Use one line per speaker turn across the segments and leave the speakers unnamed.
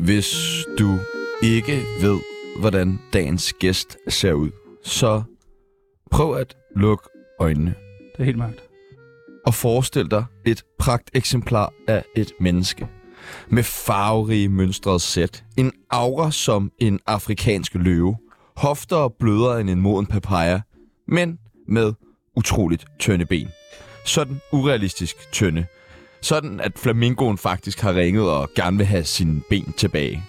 Hvis du ikke ved, hvordan dagens gæst ser ud, så prøv at lukke øjnene
Det er helt mørkt.
og forestil dig et pragt eksemplar af et menneske. Med farverige mønstrede sæt, en aura som en afrikansk løve, hofter og blødere end en moden papaya, men med utroligt tynde ben. Sådan urealistisk tynde. Sådan, at flamingoen faktisk har ringet og gerne vil have sine ben tilbage.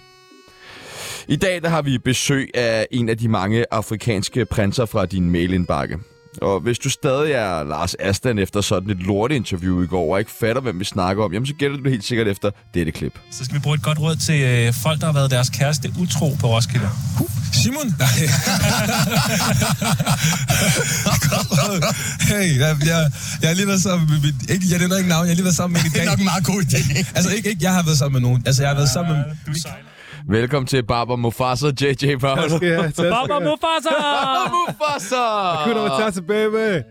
I dag der har vi besøg af en af de mange afrikanske prinser fra din mailindbakke. Og hvis du stadig er Lars Aslan efter sådan et lorteinterview i går, og ikke fatter, hvem vi snakker om, jamen så gætter du helt sikkert efter dette klip.
Så skal vi bruge et godt råd til øh, folk, der har været deres kæreste utro på Roskilde.
Simon? Nej. hey, jeg, jeg, jeg har lige været sammen med mit, ikke, jeg nævner ikke navn, jeg har lige været sammen med en i dag. Det er nok en meget god idé. altså ikke, ikke, jeg har været sammen med nogen. Altså jeg har været sammen med...
Du sejler.
Velkommen til Barber Mufasa, JJ Barber
Ja, tak skal
Baba
du have.
Mufasa!
Mufasa!
Kun over tasse, baby.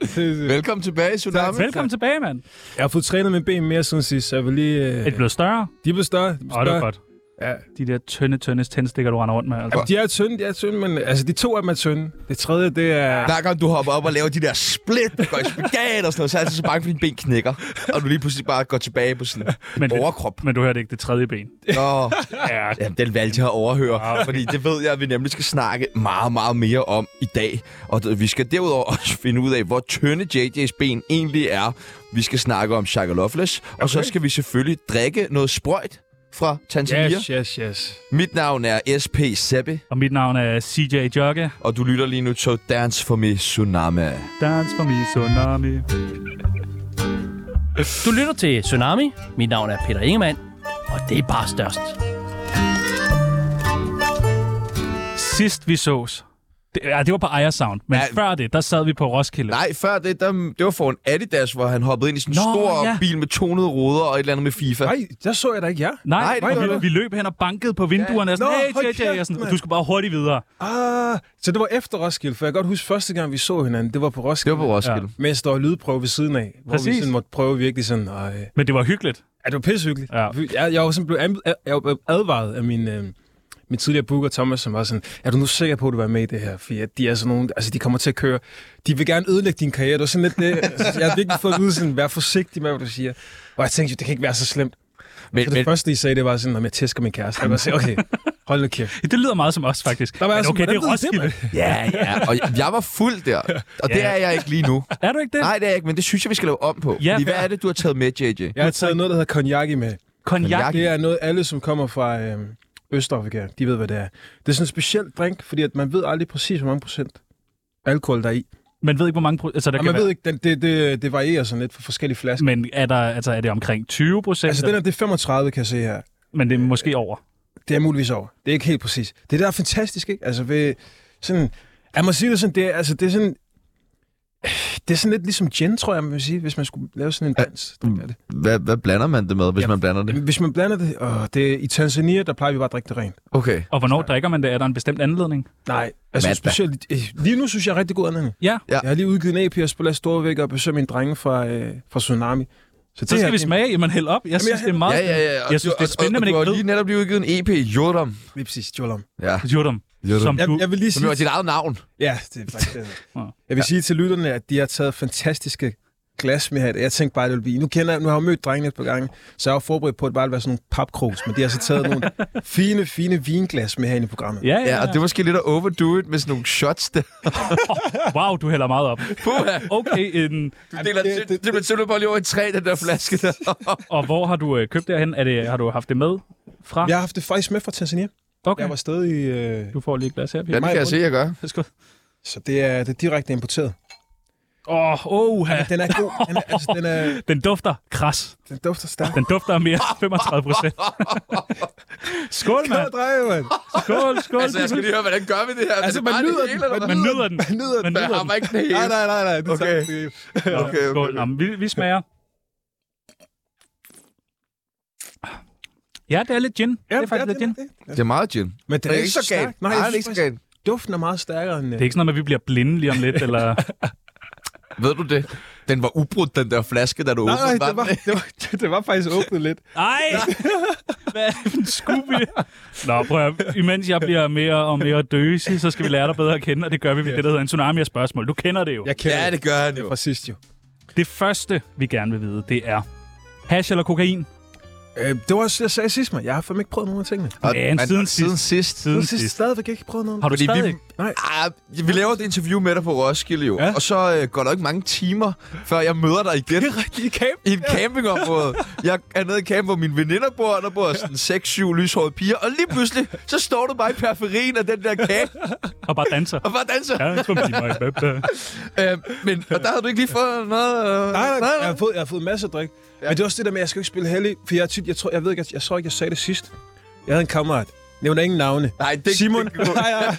Sindssygt.
Velkommen tilbage, Tsunami.
Velkommen tilbage, mand.
jeg har fået trænet mine ben mere siden sidst, så jeg vil lige... Øh,
Er det blevet større?
de er blevet større. De, er blevet
Åh, oh, det var
større.
godt.
Ja.
De der tynde, tynde tændstikker, du render rundt med. Altså.
de er tynde, de er tynde, men altså de to af dem er tynde. Det tredje, det er...
Hver gang du hopper op og laver de der split, går i spagat og sådan noget, så er jeg altid så bange for, at dine ben knækker. Og du lige pludselig bare går tilbage på sådan
Men
en
det-
overkrop.
Men du hørte ikke det tredje ben.
Nå,
Ja,
Jamen, den valgte jeg at overhøre, fordi det ved jeg, at vi nemlig skal snakke meget, meget mere om i dag. Og d- vi skal derudover også finde ud af, hvor tynde JJ's ben egentlig er. Vi skal snakke om Shaka Loveless, okay. og så skal vi selvfølgelig drikke noget sprøjt fra Tanzania.
Yes, yes, yes.
Mit navn er SP Seppe,
Og mit navn er CJ Jogge.
og du lytter lige nu til Dance for Me Tsunami.
Dans for min tsunami.
Du lytter til Tsunami. Mit navn er Peter Ingemann, og det er bare størst.
Sidst vi sås. Det, ja, det var på Ejersound. Men
Ja.
ja. før det, der sad vi på Roskilde.
Nej, før det, der, det var for en Adidas, hvor han hoppede ind i sådan en
Nå,
stor
ja.
bil med tonede ruder og et eller andet med FIFA.
Nej, der så jeg da ikke jer.
Nej,
Nej,
nej,
nej,
nej,
nej.
vi, vi løb hen og bankede på vinduerne. Ja. Og
Nå,
sådan,
hold
hey, JJ,
kæft,
og sådan,
mand.
du skal bare hurtigt videre.
Ah, så det var efter Roskilde, for jeg kan godt huske første gang, vi så hinanden, det var på
Det
Roskilde.
var på Roskilde.
Mens der var lydprøve ved siden af, hvor vi
Præcis.
sådan måtte prøve virkelig sådan, nej, ja,
Men det var hyggeligt.
det var pissehyggeligt.
Ja.
Jeg, jeg var sådan blevet anbe- jeg var advaret af min, øh, min tidligere booker Thomas, som var sådan, er du nu sikker på, at du vil være med i det her? For ja, de er sådan nogle, altså de kommer til at køre, de vil gerne ødelægge din karriere. Det var sådan lidt det, altså, jeg har virkelig fået at vide sådan, vær forsigtig med, hvad du siger. Og jeg tænkte jo, det kan ikke være så slemt.
Men,
Så det
men,
første, I sagde, det var sådan, at jeg tæsker min kæreste. Jeg var sådan, okay, hold nu kæft.
Det lyder meget som os, faktisk.
Der var altså jeg
men
sådan,
okay, det er
hvordan ved I det,
Roskilde.
ja, ja, og jeg- jeg var fuld der, og det
Ja.
er jeg ikke lige nu.
er du ikke det?
Nej, det er jeg ikke, men det synes jeg, vi skal lave om på. Ja,
Ja,
Fordi, hvad
ja.
er det, du har taget med, JJ?
Jeg har taget noget, der hedder konjaki med.
Konjak.
Det er noget, alle, som kommer fra øh, Østafrika, de ved, hvad det er. Det er sådan en speciel drink, fordi at man ved aldrig præcis, hvor mange procent alkohol der er i.
Man ved ikke, hvor mange... Pro- altså, der
Og
kan
man ved
være...
ikke, den, det, det, det varierer sådan lidt for forskellige flasker.
Men er, der, altså, er det omkring 20 procent?
Altså, den her, det er 35, kan jeg se her.
Men det er måske over.
Det er muligvis over. Det er ikke helt præcis. Det der er fantastisk, ikke? Altså, ved, sådan, jeg må sige det sådan, det er, altså, det er sådan, det er sådan lidt ligesom gin, tror jeg, man vil sige, hvis man skulle lave sådan en dans. Ja. Mm. Det.
Hvad, hvad blander man det med, hvis man blander det?
Hvis man blander det, åh, det er, i Tanzania, der plejer vi bare at drikke det rent.
Okay.
Og hvornår drikker man det? Er der en bestemt anledning?
Nej, altså
Mandag.
specielt... øh, Lige nu synes jeg er rigtig god anledning.
Ja.
Ja.
Jeg har lige udgivet en EP og spiller Storvæk og besøger mine drenge fra, øh, fra Tsunami. det
Så
her-
skal vi smage, man hælder op. Jeg synes,
jeg-
det er meget...
Ja, ja, ja.
Jeg synes, det er spændende,
og, og,
men
og,
ikke
du har
ved.
lige netop lige udgivet en EP, Jodam.
Lige præcis, Jolom.
Ja.
Jodum,
Jodam.
som
Jeg,
du...
jeg vil lige
Som jo
sige...
er dit eget navn.
Ja, det er faktisk det.
Nå.
Jeg vil sige til lytterne, at de har taget fantastiske glas med her. Jeg tænkte bare, at det ville blive... Nu, kender jeg, nu har jeg jo mødt drengene et par gange, så jeg var forberedt på, at det bare ville være sådan nogle papkrogs, men de har så taget nogle fine, fine vinglas med her ind i programmet.
Ja,
Ja,
ja,
og det
ja.
er måske lidt at overdo it med sådan nogle shots der.
Wow, du hælder meget op. Okay, en,
Du deler det, det, det, simpelthen bare lige over i træ, den der flaske der.
og hvor har du øh, købt derhen? Er det, har du haft det med fra?
Jeg har haft det faktisk med fra Tanzania.
okay.
Jeg var stadig i... Øh...
Du får lige et glas her,
ja,
Pia.
det kan jeg se, jeg gør.
Værsgo.
Så det er, det er direkte importeret.
Åh, oh,
Ja. Den er god. Den er, altså, den, er,
Den dufter kras.
den dufter stærkt.
Den dufter af mere end 35 procent. Skål,
Kom,
mand.
drenge, mand.
Skål, skål.
Altså, jeg skal lige høre, hvordan gør vi det her?
Altså,
er det
man
bare det
nyder
hele,
den.
eller hvad?
Man nyder den.
Man nyder
Man
Man
den.
nyder den.
rammer ikke den hele.
Nej, nej, nej, nej. Det er
Okay.
okay. det.
Nå,
okay, okay.
skål. Nå, men vi, vi smager. Ja, det er lidt gin. det er faktisk lidt gin.
Det er meget gin.
Men den
Det er ikke så galt. Nej,
Nej, jeg
det er ikke så
galt.
galt.
duften er meget stærkere end... øh,
Det er ikke sådan noget med, at vi bliver blinde lige om lidt, eller...
Ved du det? Den var ubrudt, den der flaske, da du
Nej,
åbnede
nej,
den.
det var, det, var, det var faktisk åbnet lidt.
Ej! Hvad er det for en Scooby? Nå, prøv at, imens jeg bliver mere og mere døsig, så skal vi lære dig bedre at kende, og det gør vi ved det, der hedder en tsunami af spørgsmål. Du kender det jo.
Jeg kender
Ja, det gør han jo.
fra sidst jo.
Det første, vi gerne vil vide, det er hash eller kokain?
Øh, det var også, det, jeg sagde sidst, man. Jeg har fandme ikke prøvet nogen af tingene.
Og-
Ja,
men-
siden
siden sidst.
Jeg
Siden
har sidst
sidst.
stadigvæk ikke prøvet nogen.
Har du
Fordi
stadig
vi-
ikke?
Nej.
Ah, vi laver et interview med dig på Roskilde jo, ja.
Ja.
og så øh, går der ikke mange timer, før jeg møder dig igen
rigtig i camp.
i et campingområde. Jeg er nede i camp, hvor mine veninder bor, og der bor sådan 6-7 lyshårede piger, og lige pludselig, så står du bare i periferien af den der camp,
Og bare danser.
og bare danser.
Ja, det skulle man sige.
Øh, men, og der havde du ikke lige fået noget... Øh,
Nej, nej, nej. Jeg, har fået, jeg har fået masser af drik. Ja. Men det er også det der med, at jeg skal jo ikke spille heldig, for jeg, er tit, jeg, tror, jeg ved ikke, jeg, jeg tror ikke, jeg sagde det sidst. Jeg havde en kammerat. Nævner ingen navne.
Nej, det,
Simon.
Det,
nej, nej.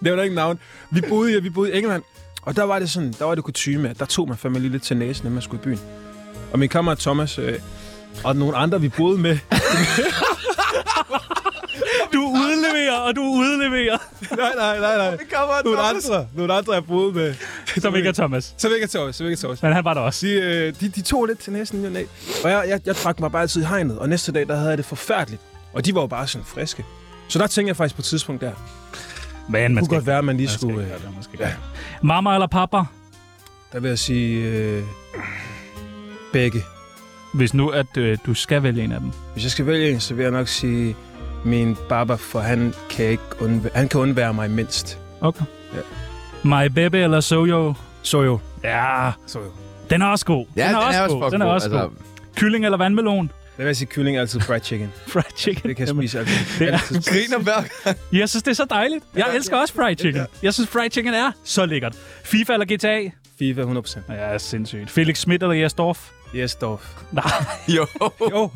Nævner ingen navn. Vi boede, i- vi boede i England, og der var det sådan, der var det kutume, at der tog man fandme lige lidt til næsen, inden man skulle i byen. Og min kammerat Thomas øh, og nogle andre, vi boede med,
Du udleverer, og du udleverer,
nej, nej, nej, nej.
det kommer
Nogle
Thomas.
andre, nogle andre, jeg boede med.
som ikke er Thomas.
Så væk er Thomas, så væk er Thomas.
Men han var der også.
De, øh, de, de tog lidt til næsen lige af. Og jeg, jeg, jeg trak mig bare altid i hegnet, og næste dag, der havde jeg det forfærdeligt. Og de var jo bare sådan friske. Så der tænkte jeg faktisk på et tidspunkt der. Det
Men man
kunne
skal
godt være, at man lige
man skal
skulle...
ikke
øh,
gøre det, man skal ikke gøre det. Mamma eller pappa?
der vil jeg sige... Øh, begge.
Hvis nu, at øh, du skal vælge en af dem.
Hvis jeg skal vælge en, så vil jeg nok sige min baba, for han kan, ikke undvære, han kan undvære mig mindst.
Okay.
Ja.
My Baby eller Soyo?
Sojo.
Ja,
Sojo.
den er også god.
Ja,
den er, også,
fucking
god. Den er også god.
Altså,
Kylling eller vandmelon?
Der vil jeg sige kylling er altid fried chicken.
Fried chicken.
Det kan jeg spise altid.
Det er-
altid.
Altså, griner hver
Jeg synes, det er så dejligt. Jeg elsker også fried chicken. Jeg synes, fried chicken er så lækkert. FIFA eller GTA?
FIFA 100%.
Ja, sindssygt. Felix Schmidt eller Jes Dorf?
Yes, Dorf.
Nej,
Jo,
Jo,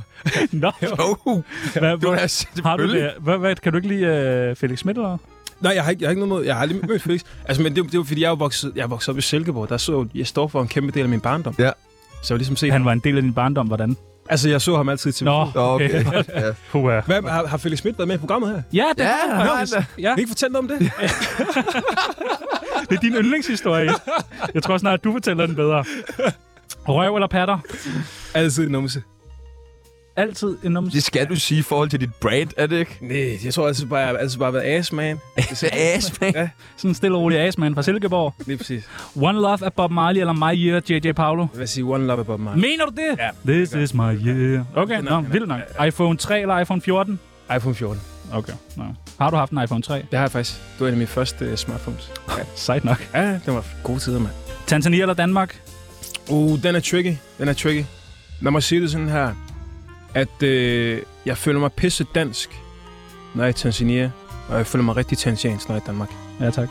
nå.
jo.
Hvad,
Du
hvor,
er selvfølgelig...
har du det? Hvad, hvad, kan du ikke lide uh, Felix Schmidt? Eller?
Nej, jeg har ikke, jeg har ikke noget mod. Jeg har aldrig mødt Felix. Altså, men det, er jo- det var fordi, jeg er jo vokset, jeg er vokset op i Silkeborg. Der så jeg jo- jeg står for en kæmpe del af min barndom.
Ja.
Så jeg har ligesom set
Han var en del af din barndom, hvordan?
Altså, jeg så ham altid til.
Nå,
Nå, okay.
okay.
Ja.
Puha.
Hvad, har, har Felix Schmidt været med i programmet her?
Ja, det,
Ja,
ja,
han
er,
er.
ja,
Kan I ikke fortælle noget om det?
det er din yndlingshistorie. Jeg tror snart, du fortæller den bedre. Røv eller patter?
altid en numse.
Altid en numse.
Det skal du sige i forhold til dit brand, er det ikke?
Nej, jeg tror altid bare, jeg har altid bare været ass, man.
Ass, man.
Sådan en stille og rolig asmand fra Silkeborg.
Lige præcis.
One Love af Bob Marley eller My Year J.J. Paolo?
Jeg vil sige one love about mig.
Mener du det? Ja. This is my year. Okay, nå, vildt nok. iPhone 3 eller iPhone 14?
iPhone 14.
Okay, nå. Har du haft en iPhone 3?
Det har jeg faktisk. Det var en af mine første uh, smartphones.
Sejt nok.
Ja, ja, det var gode tider, mand.
Tanzania eller Danmark?
Uh, den er tricky. Den er tricky. Lad mig sige det sådan her, at øh, jeg føler mig pisse dansk, når jeg er i Tanzania, og jeg føler mig rigtig tanzanisk, når jeg er i Danmark.
Ja, tak.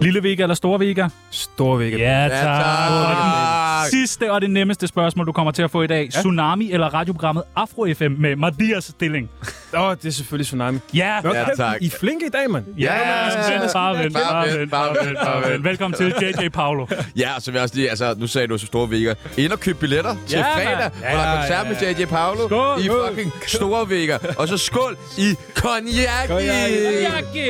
Lille Vega eller Store Vega?
Stor vægge.
Ja,
Ja, tak.
Sidste og det nemmeste spørgsmål, du kommer til at få i dag. Ja. Tsunami eller radioprogrammet Afro FM med Madias Stilling?
Åh, oh, det er selvfølgelig Tsunami.
Ja,
Nå,
Ja,
kæft,
tak.
I er flinke i dag, mand.
Ja,
Ja,
bare vent, bare vent, bare vent, bare vent. Velkommen til JJ Paolo.
Ja, og så vil jeg også lige, altså, nu sagde du så store vægger. Ind og køb billetter til
Ja,
fredag,
mand.
hvor der er koncert med JJ Paolo
Skål.
i fucking store vægger. Og så skål i konjaki!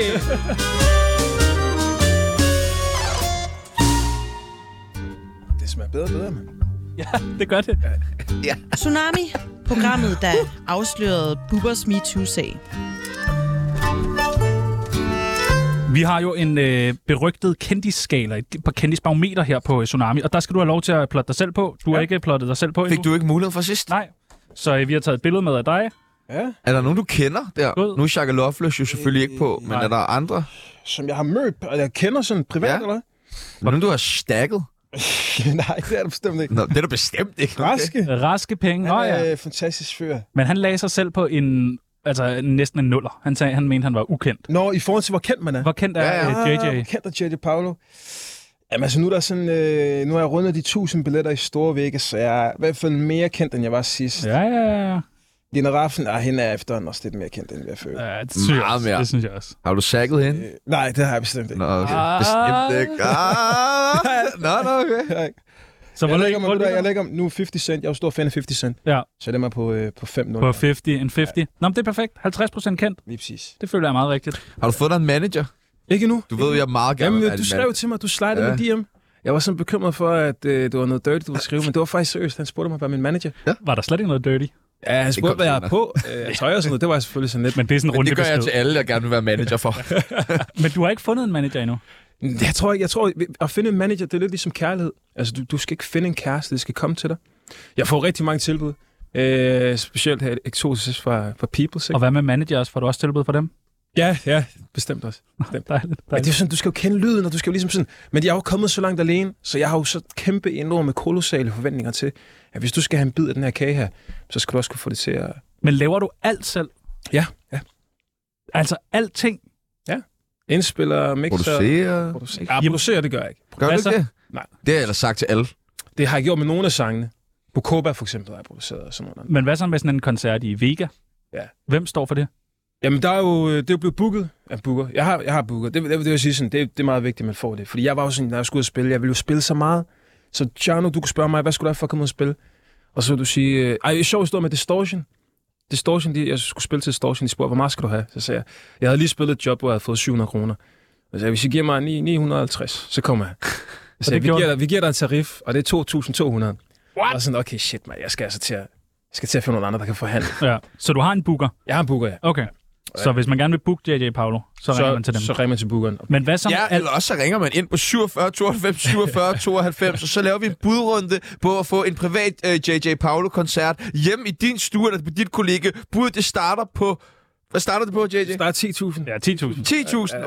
Det smager bedre og bedre, mand.
Det gør det.
Tsunami, programmet, der afslørede Bubbers MeToo-sag.
Vi har jo en øh, berygtet kendisskala et- på kendisbarometer her på øh, Tsunami, og der skal du have lov til at plotte dig selv på. Du har ikke plottet dig selv på
Fik
endnu.
du ikke mulighed for sidst?
Nej. Så øh, vi har taget et billede med af dig.
Ja.
Er der nogen, du kender der?
God.
Nu er Shaka Loveless jo selvfølgelig ikke på, men
nej.
er der andre?
Som jeg har mødt, og jeg kender sådan privat,
Ja.
eller hvad?
Nogen, du har stakket?
Nej, det er det bestemt ikke.
Nå, det er du bestemt ikke. okay?
Raske.
Raske penge. Nå,
Han
ja.
er øh, fantastisk fyr.
Men han lagde sig selv på en, altså næsten en nuller. Han sagde, han mente, han var ukendt.
Nå, i forhold til, hvor kendt man er.
Hvor kendt er øh,
Ja, ja.
ja, ja.
Ah,
JJ?
hvor kendt er JJ Paolo. Jamen altså, nu er der sådan, øh, nu har jeg rundet de 1000 billetter i Store Vegas, så jeg er i hvert fald mere kendt, end jeg var sidst. Ja.
Ja, ja, ja.
Lina Raffen, ah, hende er efterhånden også lidt mere kendt, end jeg føler. Ja.
ja det, synes jeg
Meget
også.
mere.
det synes jeg også.
Har du sækket hende?
Nej, det har jeg bestemt ikke.
Ah. Nå, okay. Bestemt ikke. Ah, nå, nå, okay.
Nej.
Så hvor
Jeg
længe
lægger mig,
hvor
ved du hvad, jeg
ligger
lægger mig- nu er 50 Cent. Jeg er jo stor fan af 50 Cent.
Ja.
Så jeg lægger mig på, øh, på 5
du?
0.
på 50, en 50. Ja. Nå, men det er perfekt. 50% kendt.
Lige præcis.
Det føler jeg er meget rigtigt.
Har du fået dig en manager?
Ikke nu.
Du ved, jeg er meget gerne
Jamen,
vil
ja,
være
du
din
skrev til mig, du slidede
Ja.
ja. med DM. Jeg var sådan bekymret for, at øh, det var noget dirty, du ville skrive, men det var faktisk seriøst. Han spurgte mig, hvad min manager.
Var der slet ikke noget dirty?
Ja, han spurgte,
kom
hvad jeg
senere.
er på, øh, tøj og sådan noget. Det var jeg selvfølgelig sådan lidt.
Men det er sådan en
mand.
runde
Det gør jeg
besked.
til alle, jeg gerne vil være manager for.
Men du har ikke fundet en manager endnu.
Mm. Jeg tror, jeg tror, at finde en manager, det er lidt ligesom kærlighed. Altså, du, du skal ikke finde en kæreste, det skal komme til dig. Jeg får rigtig mange tilbud. Øh, specielt her eksotisk fra, fra Peoples.
Og
Ikke?
hvad med managers? Får du også tilbud for dem?
Ja, ja, bestemt også.
Dejligt.
Men det er
dejligt.
jo sådan, du skal jo kende lyden, og du skal jo ligesom sådan... Men jeg er jo kommet så langt alene, så jeg har jo så kæmpe indre med kolossale forventninger til, at hvis du skal have en bid af den her kage her, så skal du også kunne få det til at...
Men laver du alt selv?
Ja, ja.
Altså alting?
Indspille og mixe og...
Producerer.
Producer. Ja, producerer, det gør jeg ikke.
Gør du
Altså-
ikke det?
Nej.
Det har jeg ellers sagt til alle.
Det har jeg gjort med nogle af sangene. Bukoba for eksempel har jeg produceret og sådan noget.
Men hvad så med sådan en koncert i Vega?
Ja.
Hvem står for det?
Jamen, der er jo, øh, det er jo blevet booket af booker. Jeg har, jeg har booker. Det, det, det vil jeg sige sådan, det, det er meget vigtigt, at man får det. Fordi jeg var jo sådan, når jeg skulle ud og spille, jeg ville jo spille så meget. Så Tjerno, du kunne spørge mig, hvad skulle der for at komme ud og spille? Og så vil du sige, øh, ej, sjov historie med Distortion. Distortion, de, jeg skulle spille til Distortion, de spurgte, hvor meget skal du have? Så sagde jeg, jeg havde lige spillet et job, hvor jeg havde fået 700 kroner. Og så sagde jeg, hvis I giver mig ni- 950, så kommer jeg. Jeg sagde, vi
gjorde
giver, dig, vi giver dig en tarif, og det er 2.200. What? Og sådan, okay, shit, man, jeg skal altså til at, jeg skal til at finde nogle andre, der kan forhandle.
Ja. Så du har en booker?
Jeg har en booker, ja.
Okay. Så hvis man gerne vil booke JJ Paolo, så, ringer man til dem.
Så ringer man til bookeren.
Men hvad så med
Ja,
alt?
eller også så ringer man ind på 47 92 47 92, og så laver vi en budrunde på at få en privat øh, J.J. Paolo-koncert hjemme i din stue eller på dit kollega. Budet, det starter på... Hvad starter det på, J.J.?
Der er 10.000.
Ja,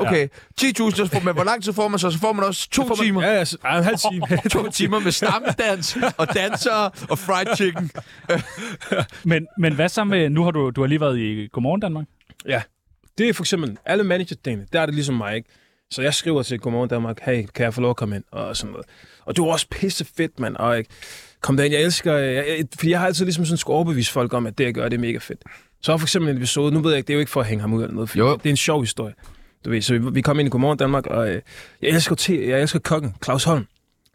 10.000,
10.000.
okay. 10.000, så får man, hvor lang tid får man så? Så får man også to timer.
Ja, ja, så, ej, en halv time.
To timer med stammedans og dansere og fried chicken.
Men, men hvad så med... Nu har du, du har lige været i Godmorgen Danmark.
det er for eksempel alle managerdagene, der er det ligesom mig, ikke? Så jeg skriver til Godmorgen Danmark, hey, kan jeg få lov at komme ind? Og sådan noget. Og det var også pisse fedt, mand. Og ikke? kom derind, jeg elsker... Jeg, jeg, fordi jeg har altid ligesom sådan skulle overbevise folk om, at det jeg gør, det er mega fedt. Så er for eksempel en episode, nu ved jeg ikke, det er jo ikke for at hænge ham ud eller noget, for
Jo.
det er en sjov historie. Du ved, så vi, vi kom ind i Godmorgen Danmark, og øh, jeg elsker, te, jeg elsker kokken, Claus Holm.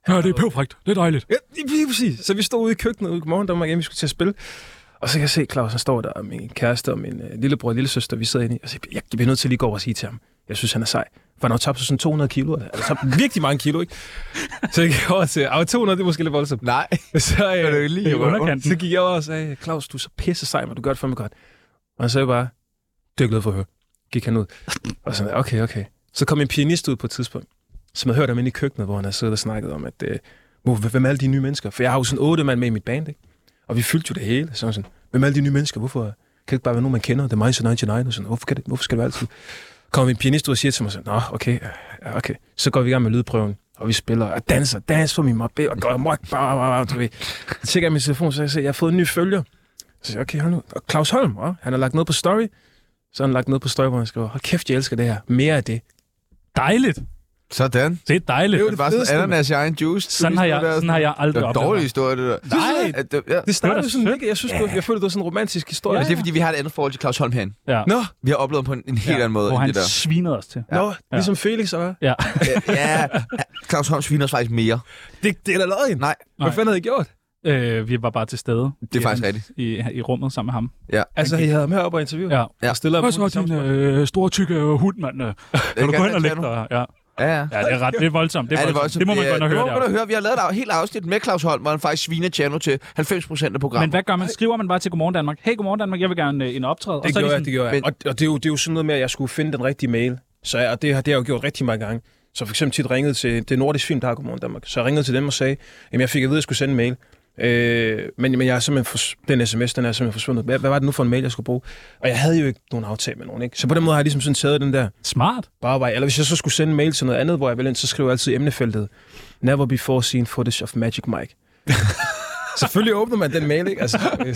Ja, det er pivfrægt. Det er dejligt.
Ja, lige- lige præcis. Så vi stod ude i køkkenet ude i Godmorgen Danmark, inden vi skulle til at spille. Og så kan jeg se, at Claus han står der, og min kæreste og min øh, lillebror og lillesøster, vi sidder inde i. Og så siger, jeg, jeg bliver nødt til lige gå over og sige til ham, jeg synes, han er sej. For han har jo tabt sig sådan 200 kilo. eller- Han har tabt virkelig mange kilo, ikke? Så jeg gik over til, ah, 200, det er måske lidt voldsomt.
Nej,
Så,
det er
øh,
jo
Det
lige
er i underkanten.
så gik jeg over og sagde, Claus, du er så pisse sej, men du gør det fandme godt. Og han sagde bare, det er jeg glad for at høre. Gik han ud. Og sådan, okay, okay. Så kom en pianist ud på et tidspunkt, som havde hørt ham inde i køkkenet, hvor han havde siddet og snakket om, at øh, hvor, hvem er alle de nye mennesker? For jeg har jo sådan otte mand med i mit band, ikke? Og vi fyldte jo det hele. Så var jeg sådan, hvem er alle de nye mennesker? Hvorfor kan det ikke bare være nogen, man kender? Det er mig, så 99. Og sådan, hvorfor, kan det, hvorfor skal det være altid? Kommer en pianist ud og siger til mig sådan, nå, okay, øh, ja, okay. Så går vi i gang med lydprøven, og vi spiller og danser, dans for min mappe, og går amok, bah, bah, bah, du ved. Så tjekker jeg min telefon, så jeg siger, jeg har fået en ny følger. Så siger jeg, okay, hold nu. Og Claus Holm, hva? han har lagt noget på story. Så har han lagt noget på story, hvor han skriver, hold kæft, jeg elsker det her. Mere af det.
Dejligt.
Sådan.
Det er dejligt.
Det var sådan ananas i egen juice.
Sådan har jeg, sådan har jeg
Det
aldrig
var en
oplevet.
dårlig
det.
historie, det der.
Nej.
At det- Ja.
Det
Det
startede
var da
jo sådan,
sødt.
ikke? Jeg, synes, yeah. jeg følte, det var sådan en romantisk historie.
Men det er, fordi vi har et andet forhold til Claus Holm herinde.
Ja.
Nå,
Vi har oplevet ham på en, en helt anden måde
Hvor
end
han
det der.
svinede os til.
nå, ligesom Felix og...
Ja.
ja, Claus Holm sviner os faktisk mere.
Det, det er da løgn.
Nej,
Hvad fanden havde I gjort?
Øh, vi var bare til stede
det er faktisk rigtigt.
i, i rummet sammen med ham.
Altså, I havde ham heroppe og interview.
Ja.
Ja.
Og stille op.
øh, store, tykke hund, mand? Øh. Kan du gå hen og lægge dig? Ja.
Ja, ja.
ja, det er ret. Det er voldsomt. Det er,
Ja,
voldsomt. det må man
Ja,
godt nok
det
høre.
må man godt
deroppe.
høre. Vi har lavet et af- helt afsnit med Claus Holm, hvor han faktisk sviner Tjerno til 90% af
Men
programmet.
hvad gør man? Skriver man bare til Godmorgen Danmark? Hey, Godmorgen Danmark, jeg vil gerne øh, en optræde. er
Det
de
gjorde jeg,
sådan,
det gjorde jeg.
Men-
Og, og det, er jo, det er jo sådan noget med, at jeg skulle finde den rigtige mail. Så jeg, og det, har, det har jeg jo gjort rigtig mange gange. Så for eksempel tit ringede til det nordiske film, der har Godmorgen Danmark. Så jeg ringede til dem og sagde, at jeg fik at vide, at jeg skulle sende en mail. Øh, men, men jeg er simpelthen fors- den sms, den er simpelthen forsvundet. Hvad, hvad, var det nu for en mail, jeg skulle bruge? Og jeg havde jo ikke nogen aftale med nogen, ikke? Så på den måde har jeg ligesom sådan taget den der
Smart.
bare vej. Eller hvis jeg så skulle sende en mail til noget andet, hvor jeg vil ind, så skriver jeg altid i emnefeltet, never before seen footage of Magic Mike. Selvfølgelig åbner man den mail, ikke? Altså,
Det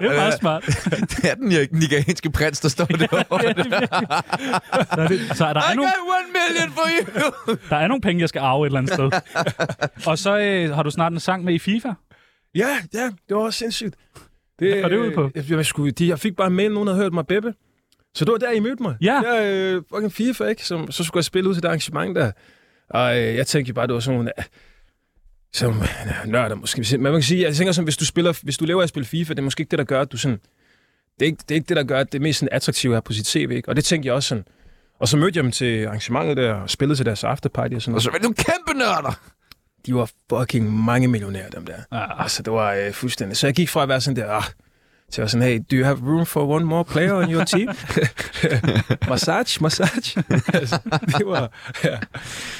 er meget smart.
Det er den ja, nigerianske prins, der står derovre.
Så er det- Så Altså, er der,
I
er nogle,
got one million for you!
der er nogle penge, jeg skal arve et eller andet sted. Og så øh, har du snart en sang med i FIFA.
Ja, ja, det var også sindssygt.
Hvad går det ud på?
øh, Jeg, jeg, skulle, de, jeg fik bare en mail, nogen havde hørt mig Beppe. Så det var der, I mødte mig.
Ja.
Jeg øh, fucking FIFA, ikke? Som, så skulle jeg spille ud til det arrangement der. Og øh, jeg tænkte jo bare, det var sådan nogle... øh, som nørder måske. Men man kan sige, jeg tænker sådan, hvis du, spiller, hvis du lever af at spille FIFA, det er måske ikke det, der gør, at du sådan... Det er ikke det, er ikke det der gør, at det mest sådan, attraktive er på sit CV, ikke? Og det tænkte jeg også sådan. Og så mødte jeg dem til arrangementet der, og spillede til deres afterparty og sådan
Og
noget.
så er du kæmpe nørder!
De var fucking mange millionærer, dem der.
Ah.
Altså, det var øh, fuldstændig. Så jeg gik fra at være sådan der, ah, til at være sådan, hey, do you have room for one more player on your team? massage, massage. altså, det var, ja.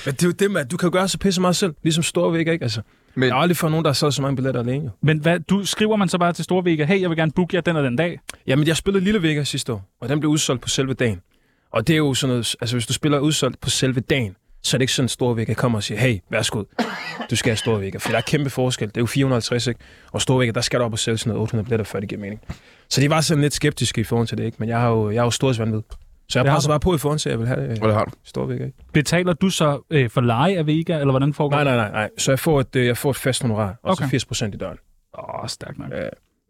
Men det er jo det, man, du kan jo gøre så pisse meget selv, ligesom Storvæk, ikke? Altså,
Men-
Men... Jeg har aldrig fået nogen, der har solgt så mange billetter alene, jo.
Men hvad, du, skriver man så bare til Storvega, hey, jeg vil gerne booke jer den og den dag?
Jamen, jeg spillede Lille Vega sidste år, og den blev udsolgt på selve dagen. Og det er jo sådan noget, altså hvis du spiller udsolgt på selve dagen, så er det ikke sådan, at Storvæk kommer og siger, hey, værsgo, du skal have Storvæk. For der er kæmpe forskel. Det er jo 450, ikke? Og Storvæk, der skal du op og sælge sådan noget 800 billetter, før det giver mening. Så de var sådan lidt skeptiske i forhold til det, ikke? Men jeg har jo, jeg har jo storhedsvandvid. Så jeg
Det har
presser
du.
bare på i forhold til, at jeg vil have
Hvad
øh,
har du?
Storvæk, ikke?
Betaler du så øh, for leje af Vega, eller hvordan foregår
Nej,
det?
nej, nej, nej. Så jeg får et, øh, jeg får et fast honorar, og
Okay.
okay. så 80% i døren.
Åh, oh, stærkt nok.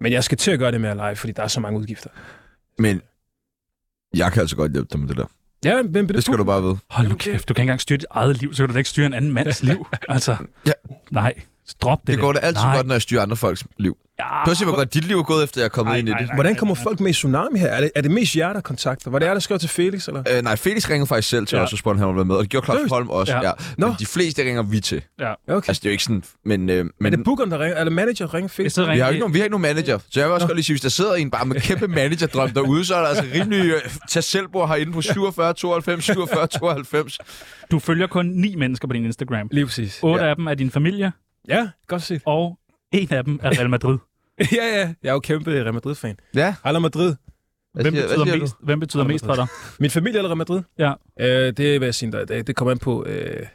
Men jeg skal til at gøre det med at lege, fordi der er så mange udgifter.
Men jeg kan altså godt hjælpe dig med det der.
Ja, men
Det skal du bare vide.
Hold nu kæft, du kan ikke engang styre dit eget liv, så kan du da ikke styre en anden mands liv. Altså,
Ja.
nej, drop det.
Det går
der.
da altid
nej.
godt, når jeg styrer andre folks liv.
Ja,
Prøv at se, Ah, hvor godt dit liv er gået, efter jeg er kommet
Ej,
ind i
ej,
det.
ej.
Hvordan kommer folk med i Tsunami her? Er det, er det mest jer, der kontakter? Var det jer, der skrev til Felix? Eller?
Øh, nej, Felix ringede faktisk selv til
Ja.
ja. os og spurgte, om han ville være med, og det gjorde Claus
Seriøst?
Holm også.
Ja.
Ja. Ja. Men
Nå.
de fleste ringer vi til.
Okay.
Altså, det er jo ikke sådan, men, øh,
Men
men
er det bookeren, der ringer? Eller manager, der
I
ringer Felix?
stedet
vi
ringer
har jo
I-
ikke nogen, vi har ikke nogen manager. Så jeg vil også godt lige sige, hvis der sidder en bare med kæmpe managerdrøm derude, så er der altså rimelig øh, tag selvbord herinde på 47, 92, 47, 92.
Du følger kun ni mennesker på din Instagram.
Lige præcis.
Otte
Ja.
af dem er din familie,
Ja, godt set.
og en af dem er Real Madrid.
ja, ja. Jeg er jo kæmpe Real Madrid-fan.
Ja.
Real Madrid.
Hvad
Hvem
siger- hvad
betyder,
siger
mest, hvem betyder
Real
mest for dig?
Min familie eller Real Madrid?
Ja.
Øh, det vil jeg sige dig. Det, det kommer an på... Øh,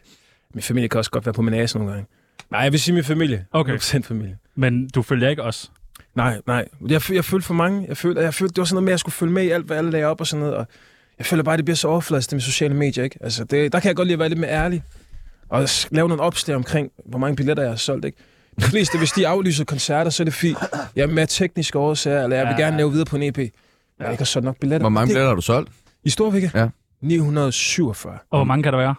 min familie kan også godt være på min næse nogle gange. Nej, jeg vil sige min familie.
Okay.
100% familie.
Men du følger ikke os.
Nej, nej. Jeg, fø- jeg følte for mange. Jeg følte, jeg følte, det var sådan noget med, at jeg skulle følge med i alt, hvad alle lagde op og sådan noget. Og jeg føler bare, at det bliver så overfladisk det med sociale medier. Ikke? Altså, det, der kan jeg godt lide at være lidt mere ærlig. Og s- lave nogle opslag omkring, hvor mange billetter jeg har solgt. Ikke? De fleste, hvis de aflyser koncerter, så er det fint. Jeg er mere tekniske årsager, eller jeg vil
Ja.
gerne lave videre på en EP. Men jeg ikke har solgt nok billetter.
Hvor mange
det,
billetter har du solgt?
I Storvika?
Ja.
947.
Og hvor mange kan der være?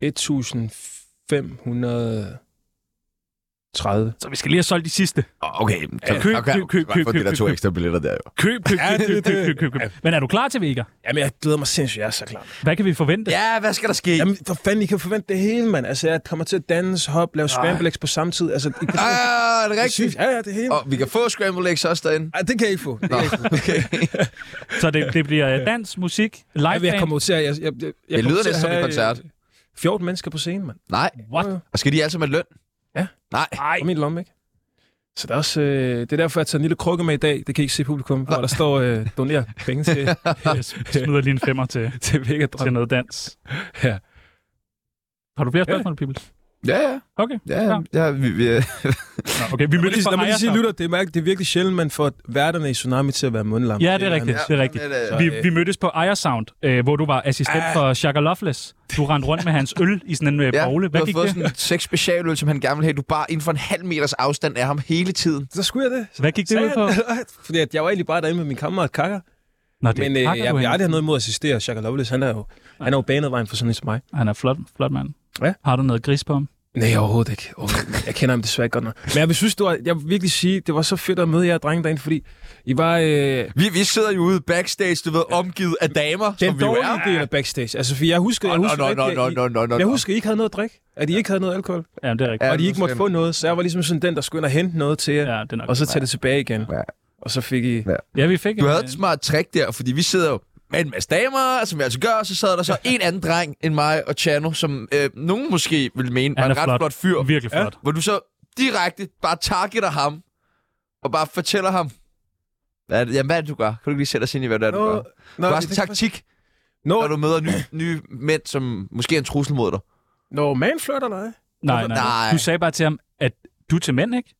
1530.
Så vi skal lige have solgt de sidste.
Åh, Okay, så
køb, køb, køb, køb,
For de der
køb,
to
køb.
ekstra billetter der jo.
Køb, køb,
Ja,
køb, køb,
det-
køb, køb,
det-
køb, køb. Men er du klar til Vega?
Jamen, jeg glæder mig sindssygt. Jeg er så klar.
Hvad kan vi forvente?
Ja, hvad skal der ske?
Jamen, for fanden, I kan forvente det hele, mand. Altså, jeg kommer til at danse, hop, lave scramblex på samme tid. Altså, I kan...
Ah, er det rigtigt?
Sygt. Ja, ja, det hele.
Og vi kan få Scramble Eggs også derinde.
Ej, det kan I ikke få. Det
Nå,
kan I ikke få.
okay.
Så det, det bliver øh, dans, musik, live
Ej, men jeg kommer jo til at... Jeg, jeg, jeg,
Det
jeg kommer
lyder
til
lidt
at
som en
have,
koncert.
øh, 14 mennesker på scenen, mand.
Nej.
What?
Og skal de altså med løn?
Ja.
Nej.
Ej. Og min lomme, ikke? Så der er også, øh, det er derfor, jeg tager en lille krukke med i dag. Det kan I ikke se publikum, hvor der står øh, doner penge til,
Jeg smider lige en femmer til,
til
til
Vegadrøm.
noget dans.
Ja.
Har du flere spørgsmål, Pibel?
Ja, ja.
Okay.
Ja, ja, vi, vi,
Nå, okay, vi
Lad mig
mødtes
lige-
for
lad mig lige
Maja.
sige,
så.
lytter, det er, mærkeligt, det er virkelig sjældent, man får værterne i Tsunami til at være mundlam.
Ja, det er rigtigt. Det er rigtigt.
Ja,
Vi, vi mødtes på Ejersound, øh, hvor du var assistent
Ah.
for Shaka Loveless. Du rendte rundt med hans øl i sådan en øh, bogle.
du
Hvad
har
gik
fået
det?
sådan seks specialøl, som han gerne vil have. Du bare inden for en halv meters afstand af ham hele tiden.
Så skulle jeg det.
Hvad gik det ud på?
Fordi at jeg var egentlig bare derinde med min kammerat Kakker.
Nå, det
Men
er
øh, jeg
pakker, du
vil
henter.
aldrig have noget imod at assistere Shaka Loveless. Han er jo, han er jo banet vejen for sådan en som mig.
Han er flot, flot mand.
Ja.
Har du noget gris på ham?
Nej, overhovedet ikke. Overhovedet ikke. Jeg kender ham desværre ikke godt nok. Men jeg vil, synes, det var, jeg vil virkelig sige, det var så fedt at møde jer drenge derinde, fordi I var... Øh,
Vi, vi sidder jo ude backstage, du ved, omgivet af damer,
den
som vi jo er.
dårlige del af backstage. Altså, for jeg husker, jeg
Nå,
husker,
nå,
ikke,
nå,
at
nå,
I-
nå, nå, nå,
jeg
nå.
husker, at I ikke havde noget at drikke. At I ikke havde noget alkohol.
Ja, det er rigtigt.
Ja,
Ja, og de ikke
nu
måtte
skal
få noget. Så jeg var ligesom sådan den, der skulle ind og hente noget til jer.
Ja, det er nok.
Og så tage det tilbage igen.
Ja.
Og så fik I...
Ja, vi fik
Du
en,
havde
øh,
et smart trick der, fordi vi sidder jo med en masse damer, som vi altså gør, så sad der så en anden dreng end mig og Chano, som øh, nogen måske ville mene var
Han
en
er
ret
flot.
flot, fyr,
Virkelig flot.
hvor du så direkte bare targeter ham, og bare fortæller ham, hvad er det, jamen, hvad er det, du gør? Kan du ikke lige sætte os ind i, hvad det er, du gør? Det
nå,
var sådan en taktik,
Nå,
når du møder nye, nye mænd, som måske er en trussel mod dig.
nå manflirt eller hvad?
Nej, nej, nej.
Nej.
Du sagde bare til ham, at du er til mænd, ikke?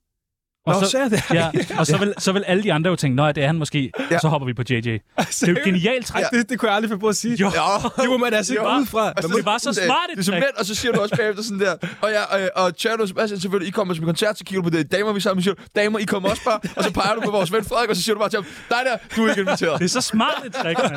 Og
Nå,
så,
så er det.
ja, og så vil, så vil alle de andre jo tænke, nej, det er han måske, ja.
Ja.
så hopper vi på JJ. Det er jo et genialt træk.
Ej, det, det kunne jeg aldrig finde på at sige.
Jo.
Ja.
Det må man altså ikke
Jo.
gå ud fra.
Og
Men det var så
sådan,
smart et
Det er som
trick.
mænd, og så siger du også bagefter sådan der. Og jeg og, og Tjerno og Sebastian selvfølgelig, I kommer som en koncert, så kigger du på det. Damer, vi sammen, siger du, damer, I kommer også bare. Og så peger du på vores ven Frederik, og så siger du bare til ham, dig der, du er ikke inviteret.
Det er så smart et trick, mand.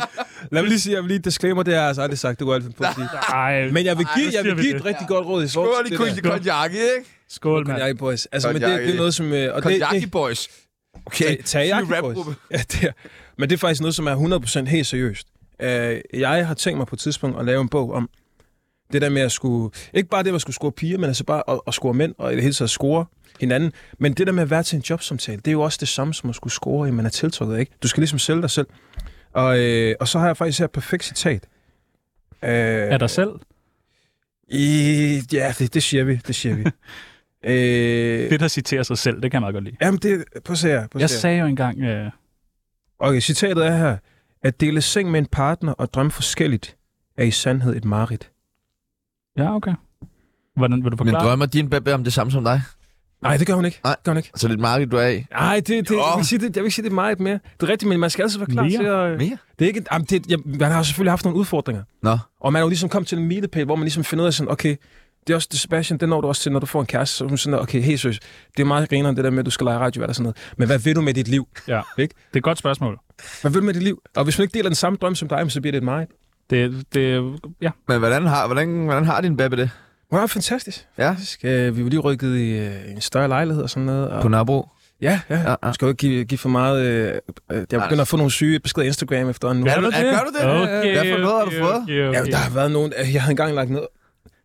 Lad mig lige sige, jeg vil lige disclaimer, det har jeg altså aldrig sagt, det går altid på at sige.
Ej,
Men jeg vil
nu
give, jeg
siger
vil
vi
give
det.
et rigtig godt råd i
Du
forhold
har
til
lige
det der.
kun jakke, ikke?
Skål, mand.
Konjaki Boys. Altså, men det,
Konjaki.
det er noget, som... øh, Og det,
Konjaki
det,
Boys. Okay,
Ta- Teriyaki
ny
Boys.
rapgruppe.
Ja, det er. Men det er faktisk noget, som er 100% helt seriøst. Øh, Jeg har tænkt mig på et tidspunkt at lave en bog om det der med at skulle... Ikke bare det med at skulle score piger, men altså bare at, at score mænd, og i det hele taget score hinanden. Men det der med at være til en jobsamtale, det er jo også det samme som at skulle score, i man er tiltrukket, af, ikke? Du skal ligesom sælge dig selv. Og, øh, og så har jeg faktisk her et perfekt citat. Øh,
Er der selv?
I, ja, det, det siger vi, det siger vi. øh,
Det, der citerer sig selv, det kan jeg meget godt lide.
Jamen, det, prøv at se her. Prøv at
Jeg
se her.
sagde jo engang, øh,
Okay, citatet er her. At dele seng med en partner og drømme forskelligt, er i sandhed et mareridt.
ja, okay. Hvordan vil du
Men
forklare?
drømmer din baby om det samme som dig?
Nej, det gør hun ikke.
Nej.
Det gør hun ikke.
Så lidt marked du er af.
Nej, det, det, jeg, vil sige, det, jeg vil ikke sige, det er meget mere. Det er rigtigt, men man skal altid være klar
Mere.
til at...
Mere?
Det er ikke, jamen, det, jeg, man har jo selvfølgelig haft nogle udfordringer.
Nå.
Og man er jo ligesom kommet til en milepæl, hvor man ligesom finder ud af sådan, okay, det er også det, Sebastian, den når du også til, når du får en kæreste. Så er hun sådan, okay, helt seriøst, det er meget grineren, det der med, at du skal lege radio eller sådan noget. Men hvad vil du med dit liv?
Ja,
Ikke?
det er et godt spørgsmål.
Hvad vil du med dit liv? Og hvis man ikke deler den samme drøm som dig, jamen, så bliver det et meget.
Det, det, ja.
Men hvordan har, hvordan, hvordan har din baby det?
Hun er fantastisk.
Ja.
Faktisk, øh, vi var lige rykket i øh, en større lejlighed og sådan noget. Og,
På Nørrebro?
ja, ja.
Ja,
ja,
ja.
ja. Skal jo ikke give, give for meget... Øh, øh, jeg begynder at få nogle syge beskeder i Instagram efter nu.
Gør du det? Gør du det?
Okay,
Hvad for noget har du
okay,
fået?
Okay, okay.
Ja, der har været nogen... øh, Jeg havde engang lagt ned...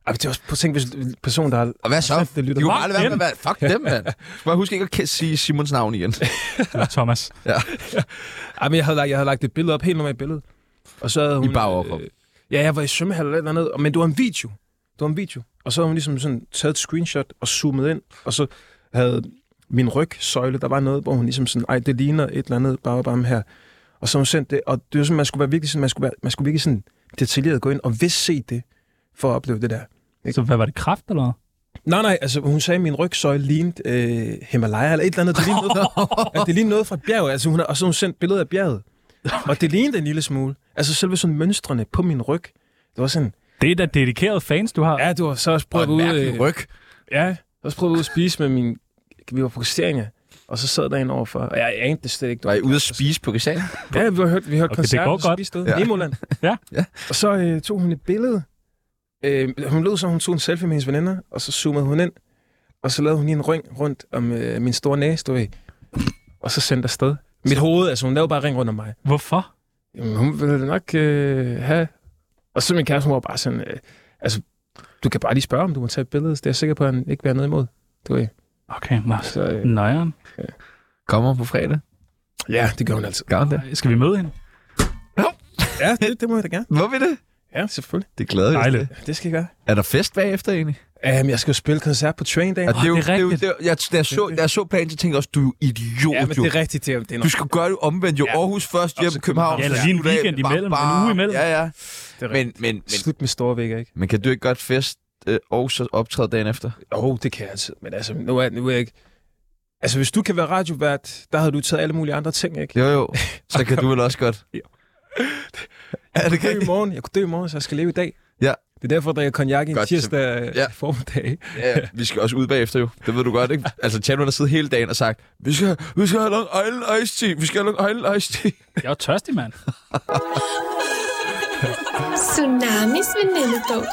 Ej, det er også på ting, hvis en person, der har...
Og hvad så?
Altså,
Det lytter
De kunne
Fuck
aldrig være
dem.
med, hvad? Fuck dem, mand. Skal bare huske ikke at ke- sige Simons navn igen.
Det er Thomas.
Ej, men jeg havde, lagt, jeg havde lagt et billede op, helt normalt billede. Og så havde hun... øh,
I bare overkrop.
Ja, jeg var i svømmehal eller noget, men det var en video. Det var en video. Og så havde hun ligesom sådan taget et screenshot og zoomet ind, og så havde min rygsøjle, der var noget, hvor hun ligesom sådan, ej, det ligner et eller andet, bare bare her. Og så har hun sendt det, og det var sådan, man skulle være virkelig sådan, man skulle, være, man skulle virkelig sådan detaljeret gå ind og vidst se det, for at opleve det der.
Så hvad var det, kraft eller hvad?
Nej, nej, altså hun sagde, at min rygsøjle lignede øh, Himalaya, eller et eller andet. Det lignede noget, ja, det lignede noget fra et bjerg, altså, hun har, og så har hun sendt billeder af bjerget. Og det lignede en lille smule. Altså selve sådan mønstrene på min ryg, det var sådan,
Det er da dedikerede fans, du har.
Ja, du har så også
Og
prøvet
en
ud,
mærkelig
øh,
ryg.
ja, også prøvet ud at spise med min... Vi var på Christiania, og så sad der en overfor, og jeg anede det slet ikke. du
Var I
ved.
ude at spise på Christian?
Ja, vi har hørt, vi har hørt
Okay,
okay,
det
koncerter,
går
og så
godt.
spiste sted.
Ja.
Ja. Nemoland.
Ja.
Ja.
Og så øh, tog hun et billede. Øh, hun lød som, hun tog en selfie med hendes veninder, og så zoomede hun ind, og så lavede hun lige en ring rundt om øh, min store næse, du ved. Og så sendte afsted. Mit hoved, altså hun lavede bare ring rundt om mig.
Hvorfor?
Jamen, hun ville nok øh, have... Og så min kæreste, hun var bare sådan, øh, altså, du kan bare lige spørge, om du må tage et billede. Det er jeg sikker på, at han ikke vil have noget imod. Du ved.
Okay, Mars.
Så, øh,
Nøjeren.
Kommer på fredag.
ja, det gør hun altid.
Gør hun det?
Skal vi møde hende?
Ja, det, det må jeg da gerne.
Må vi det?
Ja, selvfølgelig.
Det glæder jeg.
Dejligt.
Det skal jeg gøre.
Er der fest bagefter egentlig?
Jamen, jeg skal jo spille koncert på Train Day.
Og
Åh, det er
jo,
rigtigt.
det er, jo- jeg, da, jeg så, da jeg så planen, så tænkte jeg også, du er jo idiot.
Ja, men det
jo.
er rigtigt, det er, det er
Du
nok.
skal gøre det omvendt. Jo,
Ja.
Aarhus først,
Og
hjem
så
til København.
København. Ja, eller lige en
Slutter af.
weekend
Bare-
imellem, en
bare-
uge imellem.
Ja, ja.
Det er
Men,
rigtigt.
men, men,
Slut med store vægge, ikke?
men kan du ikke godt fest øh, og så optræde dagen efter?
Åh, oh, det kan jeg altid. Men altså, nu er, nu er jeg ikke... Altså, hvis du kan være radiovært, der havde du taget alle mulige andre ting, ikke?
Jo, jo. Så kan du vel også godt.
Jo.
Er det
Jeg kunne dø i
rigtigt?
morgen, jeg kunne dø i morgen, så jeg skal leve i dag.
Ja.
Det er derfor, at jeg konjak i en
Godt,
tirsdag
Ja.
ja. formiddag.
Ja, ja. vi skal også ud bagefter jo. Det ved du godt, ikke? Altså, Chano der sidder hele dagen og sagt, vi skal, vi skal have Long Island Ice Tea, vi skal have Long Island Ice Tea.
Jeg er jo tørstig, mand.
Tsunamis venindebog.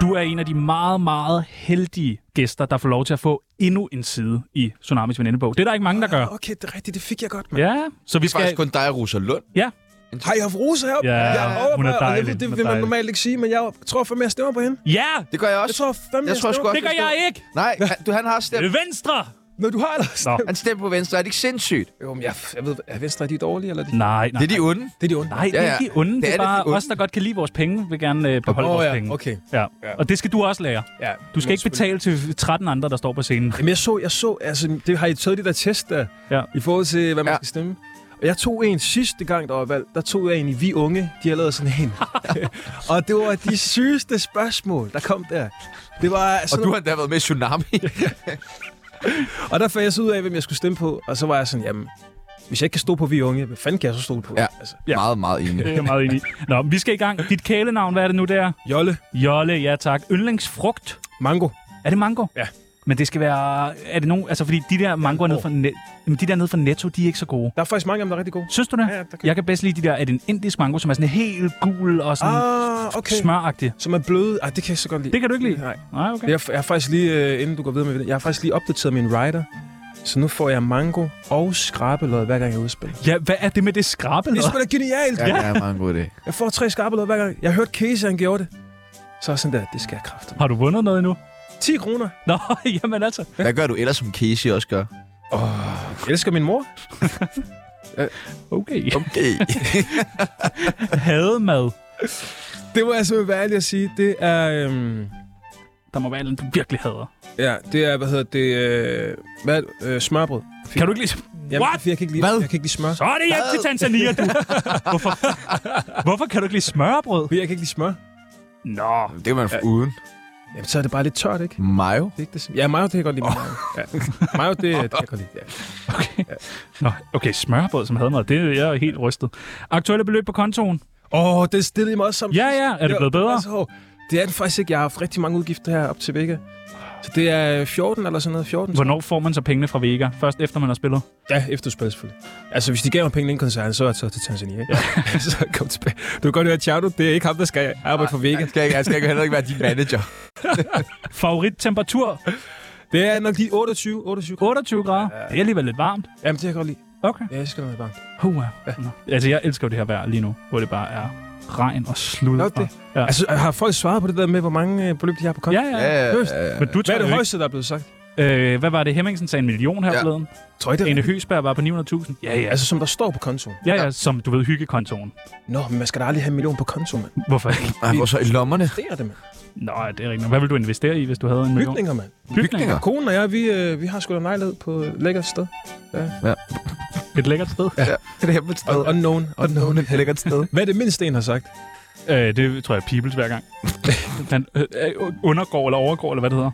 Du er en af de meget, meget heldige gæster, der får lov til at få endnu en side i Tsunamis venindebog. Det er der ikke mange, der gør.
Ah, Okay, det er rigtigt, det fik jeg godt, mand.
Ja, så vi
Det er faktisk
skal...
kun dig og Rosa Lund.
Ja,
Har I haft Rosa heroppe?
Ja,
jeg overvejer-
hun er
og Jeg
dejlig,
ved, det
hun er
vil man
dejlig.
normalt ikke sige, men jeg tror fandme, jeg stemmer på hende.
ja!
Det gør jeg
Jeg
også.
tror fandme,
Jeg tror sgu
stemmer.
også,
Det gør
jeg
jeg ikke!
Nej, han, du, han har
Det
stemt.
er venstre!
Nå, du har ellers.
Nå.
Han stemte på venstre. Er det ikke sindssygt?
Jo, men jeg, jeg ved, er Venstre, er de dårlige, eller er de?
Nej, nej.
Det er de onde.
Det er de onde.
Nej, det er
Ja, ja.
ikke onde.
Det
Det
er
er
det, de
bare
onde.
os, der godt kan lide vores penge, vil gerne øh, beholde
Åh,
vores
ja,
penge.
okay.
Ja.
Ja.
Og det skal du også lære.
Ja,
Du skal ikke betale til 13 andre, der står på scenen.
Jamen, jeg så, jeg så, altså, det har I taget de der test der,
Ja.
i forhold til, hvad man
Ja.
ja. skal stemme. Og jeg tog en sidste gang, der var valg, der tog jeg en i Vi Unge, de har lavet sådan en. og det var de sygeste spørgsmål, der kom der. Det var
Og
sådan,
du har endda været med i Tsunami.
Og der fandt jeg så ud af, hvem jeg skulle stemme på, og så var jeg sådan, jamen, hvis jeg ikke kan stå på Vi Unge, hvad fanden kan jeg så stå på?
Ja.
Altså,
ja. Meget, meget enig.
Det er jeg meget enig i. Nå, vi skal i gang. Dit kælenavn, hvad er det nu, det er?
Jolle,
Jolle, ja tak. Yndlingsfrugt.
mango.
Er det mango?
Ja.
Men det skal være... Er det nogen... Altså, fordi de der mangoer nede fra, net, jamen, de der nede fra Netto, de er ikke så gode.
Der er faktisk mange af dem, der er rigtig gode.
Synes du det?
Ja, ja, der kan-
Jeg kan bedst lide de der... Er det en indisk mango, som er sådan helt gul og sådan...
Ah, okay.
smøragtig.
Som er bløde. Ej, det kan jeg så godt lide.
Det kan du ikke lide?
Nej.
Nej, okay.
Jeg, jeg har faktisk lige, øh, inden du går videre med det, jeg har faktisk lige opdateret min rider. Så nu får jeg mango og skrabelod, hver gang jeg udspiller.
Ja, hvad er det med det skrabe?
Det er sgu da genialt!
Ja, det er en meget god idé.
Jeg får tre skrabelod, hver gang. Jeg hørte Casey, han gjorde det. Så er jeg sådan der, det skal jeg kræfte.
Har du vundet noget endnu?
10 kroner.
Nå, jamen altså.
Hvad gør du ellers, som Casey også gør?
Jeg elsker min mor.
Okay.
Okay.
Hademad.
Det må jeg simpelthen være ærlig at sige. Det er... Øhm,
Der må være et eller andet, du virkelig hader.
ja, det er, hvad hedder det... Øh, hvad, er det? øh, smørbrød.
Kan du ikke lide...
Jamen,
What?
Jeg kan ikke lide,
Hvad?
jeg kan ikke lide smør.
Så er det hjem til Tanzania, du. Hvorfor, hvorfor kan du ikke lide smørbrød?
Fordi jeg kan ikke lide smør.
Nå.
det kan man få uden.
Jamen, så er det bare lidt tørt, ikke?
Mayo?
Det er ikke det samme. Ja, mayo, det kan jeg godt lide. med Mayo, ja. mayo det, det kan jeg godt lide. Ja.
Okay. Nå, okay, smørbrød som hademad. Det jeg er helt rystet. Aktuelle beløb på kontoen?
Åh, oh, det stillede I mig også sammen.
Ja, ja. Er det blevet bedre?
Så, det er det faktisk ikke. Jeg har haft rigtig mange udgifter her op til Vega. Så det er 14 eller sådan noget. 14.
Hvornår får man så pengene fra Vega? Først efter man har spillet?
Ja, efterspil selvfølgelig. Altså, hvis de gav mig penge i en koncern, så var jeg taget til Tanzania. Ja. så kom tilbage. Du kan godt høre, Tjado, det er ikke ham, der skal arbejde for Vega.
Han skal, ikke, han skal ikke, heller ikke være din manager.
Favorittemperatur?
Det er nok lige 28. 28.
28 grader. Det er alligevel lidt varmt.
Jamen, det kan jeg godt lide.
Okay.
Ja, jeg skal noget varmt.
Hua. Nå. Altså, jeg elsker jo det her vejr lige nu, hvor det bare er regn og slud.
Nå, det-
Ja.
Altså, har folk svaret på det der med, hvor mange øh, beløb de har på kontoen?
ja, ja. ja.
Løst.
Men du
Hvad
tror
er det
jo
højeste, der er blevet sagt?
ikke... Øh, hvad var det? Hemmingsen sagde en million her
Ja.
forleden.
Tror I det?
Ane Høsberg var på 900.000. Ja, ja.
Altså, som der står på kontoen.
Ja, ja, som du ved, hyggekontoen.
Nå, men man skal da aldrig have en million på kontoen, mand.
Hvorfor ikke?
Ej, hvor så i lommerne?
Det er det, mand.
Nå, det er rigtigt. nok. Hvad vil du investere i, hvis du havde en million?
Bygninger, mand.
Bygninger.
Konen og jeg, vi, øh, vi har sgu da en lejlighed på et lækkert sted.
Et lækkert sted.
Det er et sted.
Og unknown. unknown.
Det er et lækkert sted.
Hvad er det mindste, en har sagt?
Øh, det tror jeg er Peoples hver gang. Han øh, øh, undergår eller overgår, eller hvad det hedder.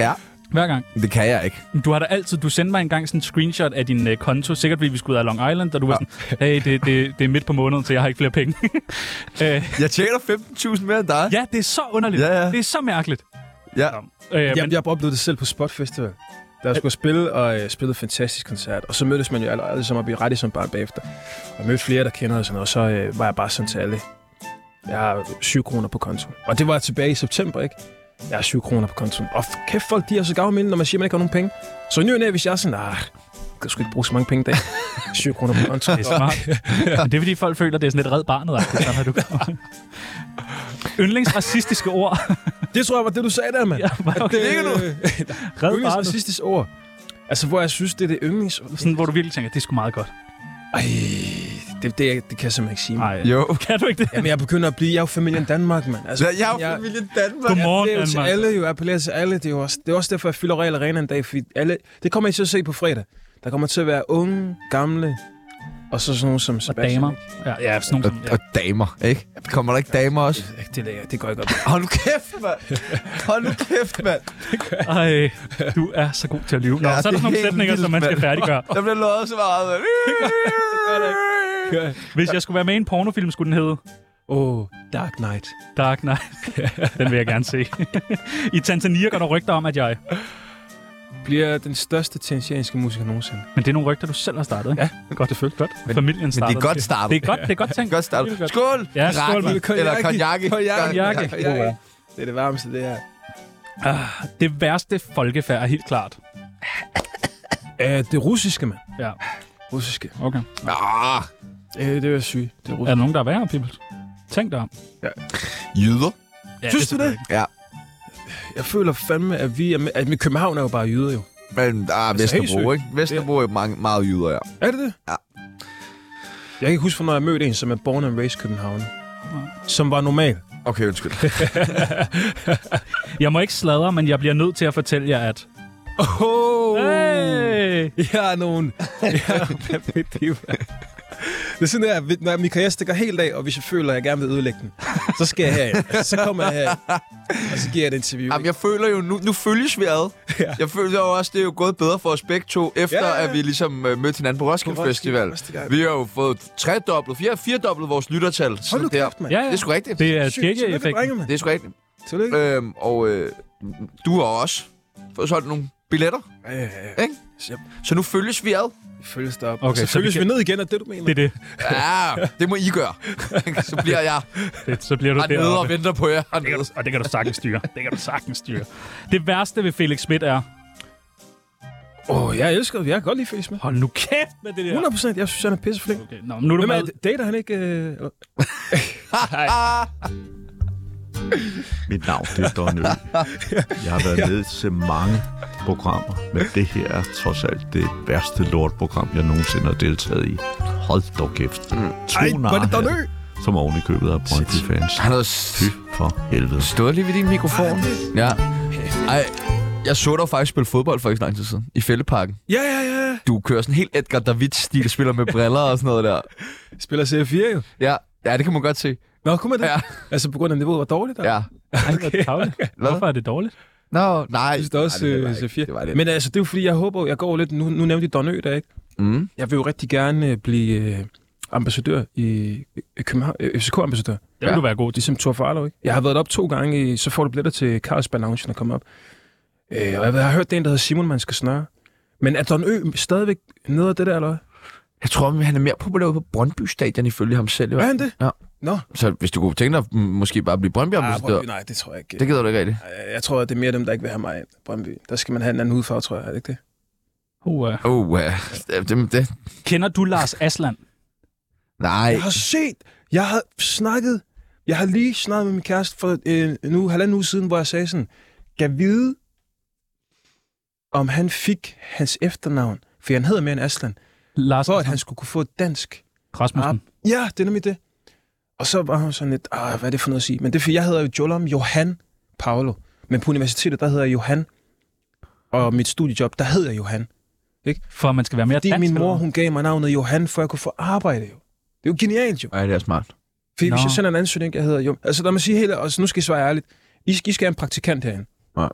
Ja.
Hver gang.
Det kan jeg ikke.
Du har da altid, du sendte mig engang sådan en screenshot af din øh, konto, sikkert fordi vi skulle ud af Long Island, og du var sådan, hey, det, det, det er midt på måneden, så jeg har ikke flere penge. øh,
Jeg tjener 15.000 mere end dig.
ja, det er så underligt.
Ja, ja.
Det er så mærkeligt.
Ja.
Øh,
Ja,
men,
Jamen, jeg har oplevet det selv på Spot Festival. Der skulle spille, og øh, spillede en fantastisk koncert. Og så mødtes man jo alle, alle sammen op i rette som bare bagefter. Og mødte flere, der kender og sådan noget. Og så øh, var jeg bare sådan til alle. Jeg har 7 kroner på kontoen. Og det var tilbage i september, ikke? Jeg har 7 kroner på kontoen. Og f- kæft, folk de er så gavmilde, når man siger, man ikke har nogen penge. Så nu er det, hvis jeg er sådan, ah, jeg skal ikke bruge så mange penge i dag. 7 kroner på kontoen.
det er smart. men det er fordi, folk føler, det er sådan et red barnet. Sådan har du Yndlings racistiske ord.
Det tror jeg var det, du sagde der, mand.
Ja, var okay.
det er noget.
Red
Yndlings
barnet.
racistisk ord. Altså, hvor jeg synes, det er det yndlings...
Sådan, hvor du virkelig tænker, det er sgu meget godt.
Mm.
Ej, det, det, det kan jeg simpelthen ikke sige.
Nej,
Jo.
kan du ikke det?
Jamen, jeg begynder at blive... Jeg er jo familien Danmark, mand. Altså,
Ja, jeg er jo
jeg-
familie Danmark.
Godmorgen,
det er jo til
Danmark.
alle, jo. Jeg appellerer til alle. Det er jo også, det er også derfor, jeg fylder Real Arena en dag. Fordi alle, det kommer I til at se på fredag. Der kommer til at være unge, gamle, og så sådan nogle som
Og
Sebastian.
damer. Ja, ja sådan
Og,
nogle, som, ja.
og damer, ikke? Kommer der ikke damer også?
ikke? Det, det, lægger, det går ikke op.
Hold nu kæft, mand! Hold nu kæft, mand!
Ej, du er så god til at lyve. Nå,
Ja,
ja, så er
det
der
er
sådan nogle
helt
sætninger,
vildt,
som man skal
mand.
færdiggøre.
Der bliver lovet så meget. mand.
Hvis jeg skulle være med i en pornofilm, skulle den hedde
Åh, oh, Dark Knight.
Dark Knight. Den vil jeg gerne se. I Tanzania går der rygter om, at jeg...
Bliver den største tanzanianske musiker nogensinde.
Men det er nogle rygter, du selv har startet, ikke? Ja, godt. Selvfølgelig. Godt. Familien
Men det
startede.
er godt startet.
Det er godt, det er godt tænkt.
Godt startet.
Virkelig godt.
Skål!
Ja, skål,
Raki.
mand.
Eller konjakke.
Konjakke.
Konjakke. Det er det varmeste, det her.
Det værste folkefærd er helt klart.
Æh, det russiske, mand.
Ja.
Russiske.
Okay.
Ah,
Æh, det er sygt. Det er
Er
russiske.
der nogen, der er værre, Pibbles? Tænk dig om.
jyder.
Ja,
Synes du det?
Ja.
Jeg føler fandme, at vi er med, at men København er jo bare jyder, jo.
Men ah,
Altså, helt
Vesterbro,
sygt.
ikke? Vesterbro er mange, meget jyder, ja.
Er det det?
Ja.
Jeg kan ikke huske, når jeg mødte en, som er born and raised København. Som var normal.
Okay, undskyld.
Jeg må ikke sladre, men jeg bliver nødt til at fortælle jer, at...
Uh.
Oh,
Hey!
Jeg er nogen. Jeg er- Hvad ved det, mand? Det er sådan der, når min karriere stikker helt af, og hvis jeg føler, at jeg gerne vil ødelægge den, så skal jeg herind. Altså, så kommer jeg herind, og så giver jeg et interview.
Jamen, jeg føler jo, nu, nu følges vi ad.
Ja.
Jeg føler jo også, det er jo gået bedre for os begge to, efter
Ja,
ja,
ja,
ja.
ja.
at vi ligesom øh, mødte hinanden på Roskilde
På Roskilde
Festival.
første gang.
Vi har jo fået tredoblet, fire, firedoblet vores lyttertal.
Hold
Sådan
nu
der.
kæft, mand.
Ja,
Det
ja.
er sgu rigtigt.
Det er
Sygt. Tillykke,
tjekke-effekten.
drenge, mand.
Det er sgu rigtigt.
Tillykke.
Øhm, og øh, du har også fået solgt nogle billetter.
Ja, ja, ja.
Ikke? Så nu følges vi ad.
Følges det op.
Okay,
Okay, så,
så
følges
vi
vi,
kan-
ned igen, er det du mener?
Det er det.
Ja, det må I gøre. så bliver jeg
det så bliver du
hernede og
deroppe.
venter på jer.
Det kan
Hernede.
du, og det kan du sagtens styre. Det kan du sagtens styre. Det værste ved Felix Schmidt er...
Åh, oh, jeg elsker det. Jeg kan godt lide Felix med.
Hold nu kæft med det der.
100 procent. Jeg synes, han er pisseflink.
Okay, nå, men nu er du
Hvem er
med.
det? Dater han ikke? Øh, eller-
Mit navn det er Don Ø. Jeg har været med til mange programmer, men det her er trods alt det værste lortprogram, jeg nogensinde har deltaget i. Hold dog kæft. Mm. To
Ej, var det Don Ø?
narhatte, som oven i købet af Brøndby-fans.
Han havde
Fy for helvede.
stået lige ved din mikrofon. Ja. Ej, jeg så dig faktisk spille fodbold for ikke så lang tid siden. I Fælleparken.
Ja, ja, ja.
Du kører sådan helt Edgar Davids-stil, spiller med briller og sådan noget der.
Spiller CF4 jo.
Ja, ja det kan man godt se.
Nå, kunne man det?
Ja.
Ja. Altså, på grund af, at niveauet var dårligt? eller?
Ja.
Ej, hvor tarveligt. Hvorfor er det dårligt?
Nå, nej.
Jeg synes det er også
Nej,
øh,
var ikke.
CF4.
Det var det.
Men altså, det er jo fordi, jeg håber, jeg går lidt... Nu, nu nævnte jeg Don Ø, der ikke?
Mm.
Jeg vil jo rigtig gerne øh, blive øh, ambassadør i, i København, øh, FCK-ambassadør.
Det vil
Ja.
du være god til.
Ligesom Thor Farlow, ikke? Jeg har været op to gange, i, så får du billetter til Carlsberg Lounge, når kommer op. Øh, og jeg, ved- jeg har hørt, det er en, der hedder Simon, man skal snøre. Men er Don Ø stadigvæk nede af det der, eller hvad?
Jeg tror, han er mere populær ude på Brøndby Stadion ifølge ham selv.
Er
Ja.
han det?
Så hvis du kunne tænke dig mm, måske bare at blive brøndby
Ah,
ambassadør
Brøndby, nej, det tror jeg ikke.
det gider du ikke rigtigt.
Øh, Jeg tror, det er mere dem, der ikke vil have mig ind. Brøndby. Der skal man have en anden hudfarve, tror jeg. Er det ikke det?
Oh, uh.
Oh, uh, det, det,
Kender du Lars Asland?
nej.
Jeg har set, jeg har snakket, jeg har lige snakket med min kæreste for øh, nu halvanden uge siden, hvor jeg sagde sådan, kan vide, om han fik hans efternavn, for han hedder mere end Aslan,
Lars
for at
Aslan
han skulle kunne få et dansk.
Rasmussen.
Ah, Ja, det er nemlig det. Og så var han sådan lidt, ah, hvad er det for noget at sige? Men det er, fordi jeg hedder jo Jolam Johan Paolo, men på universitetet, der hedder jeg Johan, og mit studiejob, der hedder jeg Johan.
For at man skal være mere
Fordi
dansk.
min
eller
mor,
hvad?
hun gav mig navnet Johan, for at jeg kunne få arbejde jo. Det er jo genialt jo.
Nej, det er smart.
Fordi
Nå.
hvis jeg sender en ansøgning, jeg hedder jo... Altså lad mig sige helt... Altså, nu skal I svare ærligt. I skal, I skal have en praktikant herinde.
Ja.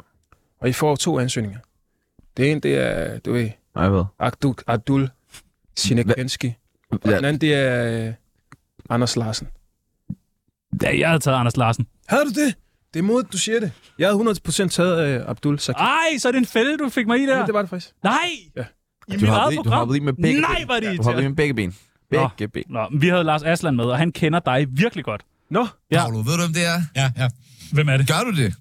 Og I får to ansøgninger. Det ene, det er, du ved,
Nej, hvad?
Abdul, Abdul Sinekvenski. Og
Ja.
den anden, det er øh, Anders Larsen.
Ja, jeg havde taget Anders Larsen.
Havde du det? Det er modigt, du siger det. Jeg havde 100% taget øh, Abdul Sakir.
Ej, så er det en fælde, du fik mig i der.
Ja. Det var det faktisk.
Nej!
Ja.
I
Du
mit
har
eget
i, du
program.
hoppede i med begge
Nej,
ben.
var det
Du hoppede i
irriterende.
med begge ben. Begge ben.
Nå, men vi havde Lars Asland med, og han kender dig virkelig godt.
Nå,
Ja.
Paolo, ved du, hvem det er? Ja, ja.
Hvem er det?
Gør du det?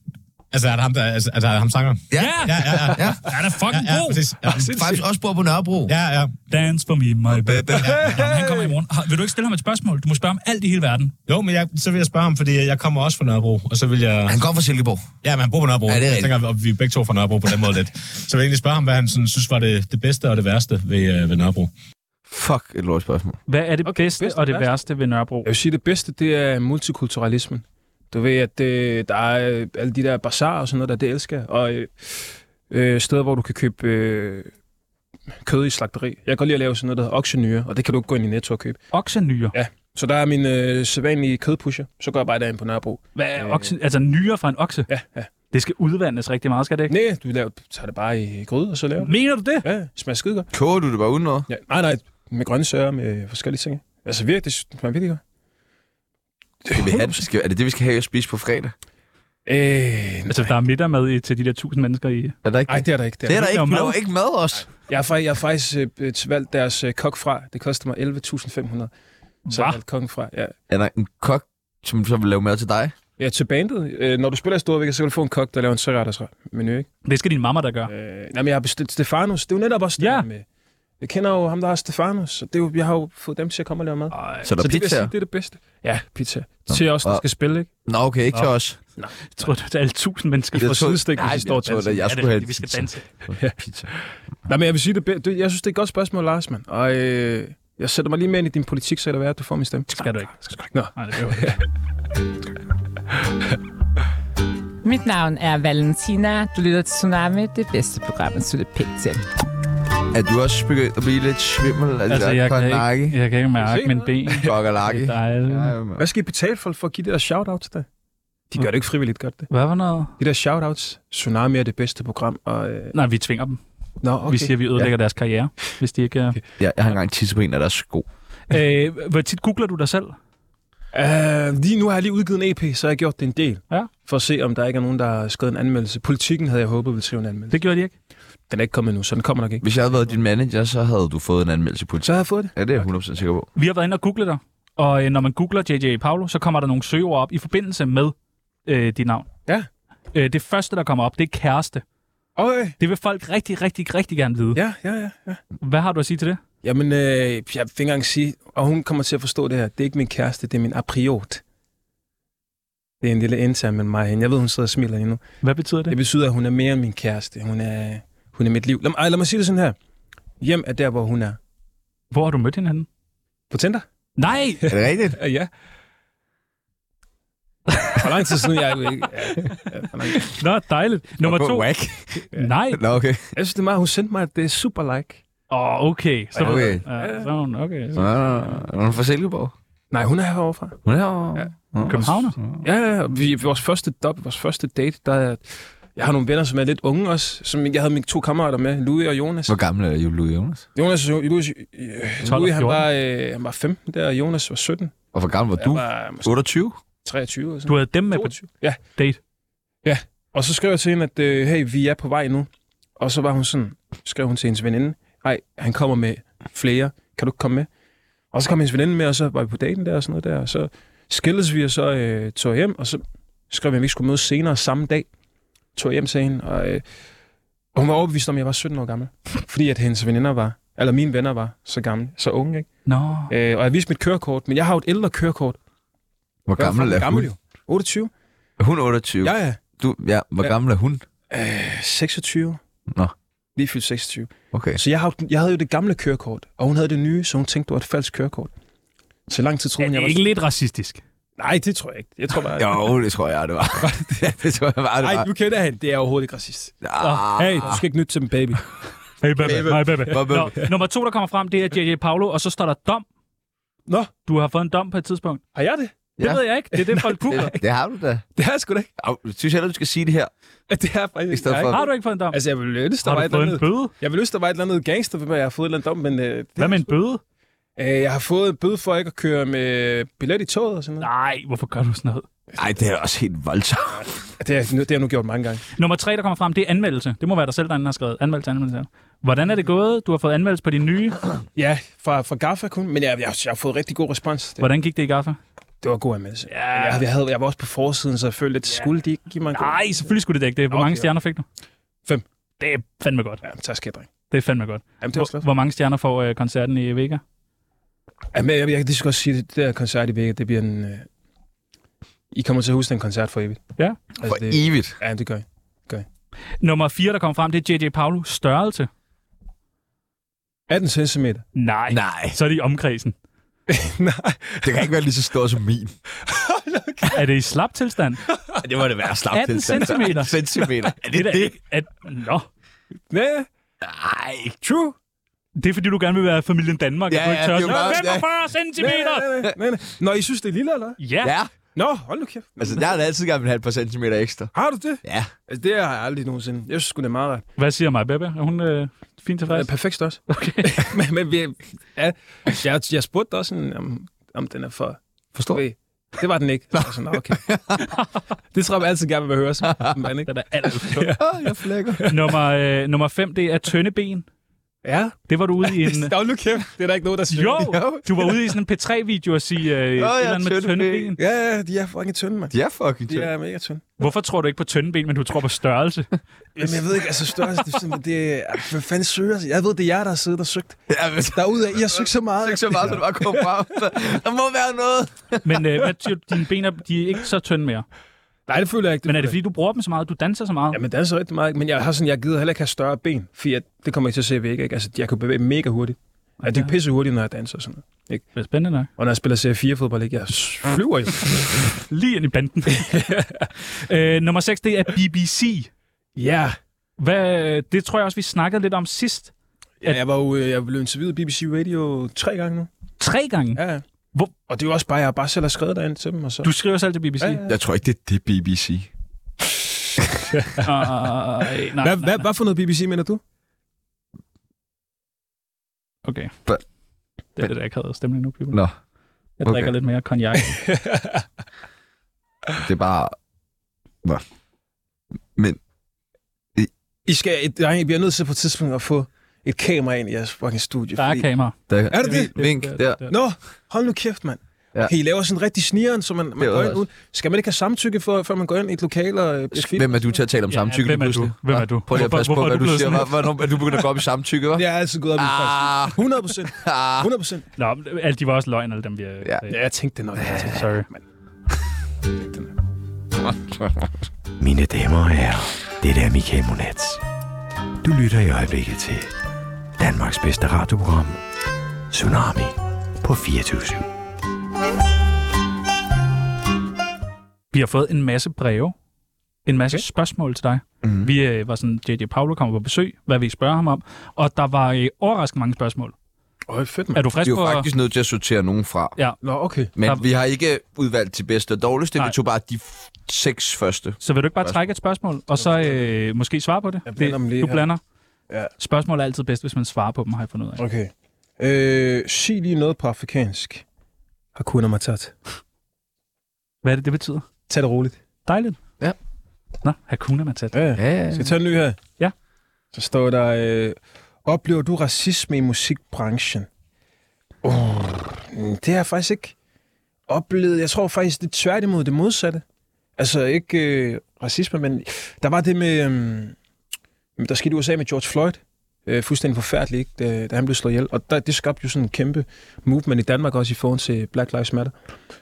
Altså, er det ham, der, altså, er det ham sangeren?
Ja.
ja.
ja, ja. ja,
Han er fucking god.
Ja,
Faktisk også bor på Nørrebro.
ja, ja.
Dance for me, my baby.
Jamen, han kommer i morgen. Har- Vil du ikke stille ham et spørgsmål? Du må spørge om alt i hele verden.
Jo, men jeg, så vil jeg spørge ham, fordi jeg kommer også fra Nørrebro, og så vil jeg...
Han kommer fra Silkeborg.
Ja, men han bor på Nørrebro.
Ja, det er rigtigt.
Jeg tænker, at vi er begge to fra Nørrebro på den måde lidt. Så vil jeg egentlig spørge ham, hvad han sådan, synes var det, det bedste og det værste ved, øh, ved Nørrebro.
Fuck, et lort spørgsmål.
Hvad er det okay, bedste,
bedste
og det
og værste.
værste ved Nørrebro?
Jeg vil sige, det bedste, det er multikulturalismen. Du ved, at øh, der er øh, alle de der bazaar og sådan noget, der det elsker. jeg. Og øh, øh, steder, hvor du kan købe øh, kød i slagteri. Jeg kan godt lide at lave sådan noget, der hedder oksenyre, og det kan du gå ind i Netto og købe.
Oksenyer.
Så der er min øh, sædvanlige kødpusher. Så går jeg bare derind på Nørrebro.
Hvad er
Øh.
okse? Altså nyere fra en okse?
Ja, ja.
Det skal udvandes rigtig meget, skal det ikke?
Nej, du laver, du tager det bare i gryde, og så laver du det.
Mener du det?
Ja, det smager skide godt.
Koger du det bare uden noget?
Ja, nej, nej, med grøntsager, med forskellige ting. Altså virkelig, det smager virkelig godt.
Skal vi have det? Skal, er det det, vi skal have at spise på fredag?
Øh,
Altså, der er middag med i, til de der tusind mennesker i.
Er der ikke
nej, Altså, det er der ikke. Det er,
det er der ikke.
jo
Vi
mad.
laver ikke mad også.
Jeg har, fa- jeg har faktisk øh, øh, valgt deres øh, kok fra. Det koster mig 11.500. Så jeg har
Hva?
valgt kokken fra. Ja.
Er der en kok, som så vil lave mad til dig?
ja, til bandet. Øh, når du spiller i Storvæk, så kan du få en kok, der laver en treretters menu, ikke?
Det skal din mamma, der gør.
Øh, nej, men jeg har bestilt Stefanos. Det er jo netop også det
Ja.
der med. Jeg kender jo ham, der har Stefanos. Så det er jo, jeg har jo fået dem til at komme og lave mad.
Ej.
Så er der
så det, vil jeg
pizza?
sige, det er det bedste. Ja, pizza. Til os, der
og-
skal spille, ikke?
Nå, okay, ikke til os.
Jeg tror, det er alle tusind mennesker
Jeg
fra
tror-
Sydstik,
Nej,
hvis de står
jeg
til
tror da, jeg
Ja, det er
skulle have
rigtigt, Vi skal
pizza.
danse.
Pizza.
Nej, men jeg vil sige, det, be- det jeg synes, det er et godt spørgsmål, Lars, mand. Og øh, jeg sætter mig lige med ind i din politik, så er det værd, at du får min stemme.
Det skal du ikke.
Nå.
Nej, det gør du ikke.
Mit navn er Valentina. Du lytter til Tsunami, det bedste program, at slutte pænt til.
Er du også begyndt at blive lidt svimmel? Altså,
Altså, jeg kan
ikke.
ikke, jeg kan ikke mærke
Se
min
noget.
ben.
Kokkerlakke.
Det er dejligt.
Hvad skal I betale for, for at give det der shout-out til dig? De gør det ikke frivilligt, gør de det?
Hvad for noget?
De der shoutouts, Tsunami er det bedste program, og... Øh,
Nej, vi tvinger dem.
nå,
Okay. Vi siger, at vi ødelægger ja. deres karriere, hvis de ikke øh. er...
Ja, jeg har engang tisset på en af deres sko.
Øh, hvor tit googler du dig selv?
Uh, lige nu har jeg lige udgivet en EP, så har jeg gjort det en del.
Ja.
For at se, om der ikke er nogen, der har skrevet en anmeldelse. Politikken havde jeg håbet ville skrive en anmeldelse.
Det gjorde de ikke.
Den er ikke kommet endnu, så den kommer nok ikke.
Hvis jeg havde været din manager, så havde du fået en anmeldelse i politiet. Så
havde jeg fået det?
Ja, det er jeg 100% sikker på.
Vi har været inde og google dig, og øh, når man googler J.J. Paolo, så kommer der nogle søgeord op i forbindelse med øh, dit navn.
Ja.
Øh, det første, der kommer op, det er kæreste.
Okay.
Det vil folk rigtig, rigtig, rigtig gerne vide.
Ja, ja, ja. ja.
Hvad har du at sige til det?
Jamen, øh, jeg vil ikke engang sige, og hun kommer til at forstå det her. Det er ikke min kæreste, det er min apriot. Det er en lille intern mellem mig og hende. Jeg ved, hun sidder og smiler lige nu.
Hvad betyder det?
Det betyder, at hun er mere end min kæreste. Hun er, hun er mit liv. Lad, ej, lad mig sige det sådan her. Hjem er der, hvor hun er.
Hvor har du mødt hende henne?
På Tinder?
Nej!
Er det rigtigt?
Øh, ja. For lang tid siden, jeg... jeg,
Nå, dejligt. Nummer
Hvor
to.
whack.
Nej.
Nå, okay.
Jeg synes, det er meget, hun sendte mig, at det er super like.
Åh, oh, okay. Så
Okay.
Ja, så er hun, okay.
Nå, nå, nå. Er hun fra Silkeborg?
Nej, hun er herovre fra.
Hun er herovre?
Ja.
Nå.
Københavner?
Ja, ja, ja. Vi, vores første dub, vores første date, der er, jeg har nogle venner, som er lidt unge også. Som, jeg havde mine to kammerater med, Louis og Jonas.
Hvor gammel er Julie Jonas?
Jonas, jo, Louis, øh,
12 og
Louis han,
14.
var, øh, han var 15 der, og Jonas var 17,
Og hvor gammel var
Jeg
du?
var måske-
28?
23 og sådan
Du havde dem med på
Ja.
date?
Ja, og så skrev jeg til hende, at øh, hey, vi er på vej nu. Og så var hun sådan, skrev hun til hendes veninde, nej, han kommer med flere, kan du ikke komme med? Og så kom hendes veninde med, og så var vi på daten der og sådan noget der, og så skildes vi, og så øh, tog jeg hjem, og så skrev vi, at vi skulle mødes senere samme dag. Tog jeg hjem til hende, og, øh, og hun var overbevist om, at jeg var 17 år gammel. Fordi at hendes veninder var, eller mine venner var så gamle, så unge, ikke?
Nå.
Øh, og jeg viste mit kørekort, men jeg har jo et ældre kørekort.
Hvor
Jeg
gammel
fucking
er
gammel
hun?
jo. 28.
Er Hun 28?
Ja, ja.
Du, ja, hvor
Ja.
gammel er hun?
Øh, 26.
Nå.
Lige fyldt 26.
Okay.
Så jeg, har, jo- jeg havde jo det gamle kørekort, og hun havde det nye, så hun tænkte, det var et falsk kørekort. Så lang tid troede hun,
Det
jeg
er
var...
ikke lidt racistisk.
Nej, det tror jeg ikke. Jeg tror bare...
Jo, det tror jeg, det var. det tror jeg bare, det
Nej,
var.
du kender hende. Det er overhovedet ikke racist.
Ah.
Hey, du skal ikke nytte til dem, baby.
Hey, baby. Hey, baby.
Hvor baby?
Nå, nummer to, der kommer frem, det er J.J. Paolo, og så står der dom.
Nå.
Du har fået en dom på et tidspunkt.
Har jeg det?
Det
Ja.
ved jeg ikke. Det er det, folk googler.
Det, det har du da.
Det har jeg sgu da ikke.
Au, jeg synes heller, du skal sige det her.
Det har jeg faktisk
I stedet
jeg
for-
ikke.
Har du ikke fået en dom?
Altså, jeg ville ønske, der
Har
var
du
et eller
fået en
andet...
bøde?
Jeg ville ønske, der var et eller andet gangster, hvor jeg har fået et eller andet dom, men... Øh, det,
Hvad med en bøde?
øh, jeg har fået en bøde for ikke at køre med billet i toget og sådan noget.
Nej, hvorfor gør du sådan noget?
Nej, det er også helt voldsomt.
Det har, jeg- det har jeg nu gjort mange gange.
Nummer tre, der kommer frem, det er anmeldelse. Det må være dig selv, der har skrevet. Anmeldelse, anmeldelse. Hvordan er det gået? Du har fået anmeldelse på din nye.
Ja, fra, fra Gaffa kun, men jeg, jeg, jeg har fået rigtig god respons. Det,
Hvordan gik det i gaffa?
det var god anmeldelse. Ja. Jeg, jeg, havde, jeg var også på forsiden, så jeg følte, at skulle de ikke give mig en god...
Nej, selvfølgelig skulle det dække det. Hvor mange
Okay.
stjerner fik du?
Fem.
Det er fandme godt.
Ja, men tak skal jeg, dreng.
Det er fandme godt.
Jamen, det var
Hvor,
slet.
hvor mange stjerner får øh, koncerten i Vega?
Jamen, jeg, jeg, jeg kan lige så godt sige, at det der koncert i Vega, det bliver en... Øh... I kommer til at huske den koncert for evigt. Altså,
Ja.
For
det,
evigt.
Ja, det gør jeg.
Nummer 4, der kommer frem, det er J.J. Paolo. Størrelse?
18 cm.
Nej.
Nej,
Så er det i omkredsen.
Nej.
det kan ikke være lige så stor som min.
Er det i slap tilstand?
Det var det værste slap
18 centimeter.
centimeter. Er
Det er
det
da
det?
ikke... At, nå.
Nej.
Nej.
True.
Det er fordi, du gerne vil være familien Danmark,
Ja,
og du ikke
ja,
tør
det er jo
at
bare-
sige, 45 centimeter!
Nej, nej, nej, nej. Nå, I synes, det er lille, eller hvad?
Ja.
Ja,
Nå, hold nu kæft.
altså der har jeg altid gerne vil have et par centimeter ekstra.
Har du det?
Ja.
Altså, det har jeg aldrig nogensinde. Jeg synes sgu, det er meget rart.
Hvad siger mig, Bebe? Er hun øh, fint
Det
tilfreds?
er perfekt størrelse.
Okay.
men, men vi, ja, jeg, jeg spurgte dig også, sådan, om, om den er for...
Forstår.
Ved, det var den ikke. Så jeg var sådan, "Nå, okay. det tror jeg man altid gerne vil høre, som som mand, ikke?
Den er alt for stor.
Åh, jeg flækker.
nummer, øh, nummer 5, det er tynde ben.
Ja.
Det var du ude i en...
Nå, nu kæft. Det er der ikke noget, der siger.
Jo, du var ude i sådan en P3-video og sige øh,
ja,
et eller andet med
tynde
tynde ben.
ben.
Ja, ja, de er fucking tynde, mand.
De er fucking
De
tynde.
er mega tynde.
Hvorfor tror du ikke på tynde ben, men du tror på størrelse?
Jamen, jeg ved ikke, altså størrelse, det er sådan, det er, hvad fanden søger sig? Jeg ved, det er jer, der har siddet og søgt.
Ja, men
Derude af, I har søgt så meget.
det er ikke så meget, at du bare kom frem. Der må være noget.
Men øh, hvad, siger du? dine ben er, de er ikke så tynde mere.
Nej, det føler jeg ikke.
Men er det fordi, du bruger dem så meget? Du danser så meget?
Jamen, det er så rigtig meget. Men jeg har sådan, jeg gider heller ikke have større ben, for jeg, det kommer jeg til at se væk, ikke? Altså, jeg kan bevæge mega hurtigt. Ja, det er pisse hurtigt, når jeg danser og sådan noget.
Det er spændende nok.
Og når jeg spiller C4-fodbold, ikke? Jeg flyver jo.
Lige ind i banden. øh, nummer 6, det er BBC.
Ja.
Hvad, det tror jeg også, vi snakkede lidt om sidst.
ja jeg var jo øh, jeg blev interviewet i BBC Radio tre gange nu.
Tre gange.
Ja, ja.
Hvor-
Og det er jo også bare, jeg bare selv har skrevet derind til dem. Og så.
Du skriver selv til BBC.
Ja, ja.
Jeg tror ikke, det er det BBC.
Ah, Øh, nej,
Hvad,
nej,
hvad,
nej.
hvad for noget BBC mener du?
Okay.
Hva-
Det er det, der ikke havde stemning nu, people.
Nå.
Jeg drikker
Okay.
lidt mere cognac.
Det er bare... Nå. Men...
I skal, et, nej, I bliver nødt til på et tidspunkt at få et kamera ind i jeres fucking studie.
Der er
fordi-
kamera.
Der,
er det det?
Vink, der.
Nå, hold nu kæft, mand.
Ja.
Ja. Okay, I laver sådan rigtig snigeren, så man, man
Det er
går ind
også-
ud. Skal man ikke have samtykke, for, før man går ind i et lokal og øh, bliver filmet?
Hvem er du til at tale om
Ja,
samtykke?
hvem er
lige
du?
pludselig?
Hvem er du?
Prøv lige at
Hvorfor-
passe på,
hvorfor er
hvad du
du blevet
siger.
sådan
Hvor- Hvornår er du begyndt at gå op i samtykke, hva'?
Jeg er altid gået op i ah. 100 procent.
Ah.
100 procent.
Nå, men alle de var også løgn, alle dem, vi ja.
Ja, jeg tænkte det nok. Jeg tænkte,
Sorry.
Mine damer og herrer, det er Michael Monats. Du lytter i øjeblikket til Danmarks bedste radioprogram, Tsunami på 24
Vi har fået en masse breve, en masse okay. spørgsmål til dig.
Mm.
Vi øh, var sådan, J.J. Paolo kommer på besøg, hvad vi spørger ham om, og der var øh, overraskende mange spørgsmål.
Øj, fedt,
Er du frisk
Vi er
på
jo
at-
faktisk nødt til at sortere nogen fra.
Ja.
Nå, okay.
Men
Der-
vi har ikke udvalgt til bedste og dårligste.
Nej.
Vi tog bare de f- seks første.
Så vil du ikke bare
Spørgsmål.
trække et spørgsmål, og så øh, måske svare på det?
blander dem
det
lige
du
her.
blander.
Ja.
Spørgsmål er altid bedst, hvis man svarer på dem, har jeg fundet ud af.
Okay. Øh, sig lige noget på afrikansk. Hakuna Matata.
Hvad er det, det betyder?
Tag det roligt.
Dejligt.
Ja.
Nå, Hakuna Matata.
Ja, ja, ja. Skal jeg tage en ny her?
Ja.
Så står der, øh, oplever du racisme i musikbranchen? Oh, det har jeg faktisk ikke oplevet. Jeg tror faktisk, det er tværtimod det modsatte. Altså ikke øh, racisme, men der var det med, øh, der skete i USA med George Floyd. Øh, fuldstændig forfærdeligt, ikke? Da, da han blev slået ihjel. Og der, det skabte jo sådan en kæmpe movement i Danmark også i forhold til Black Lives Matter.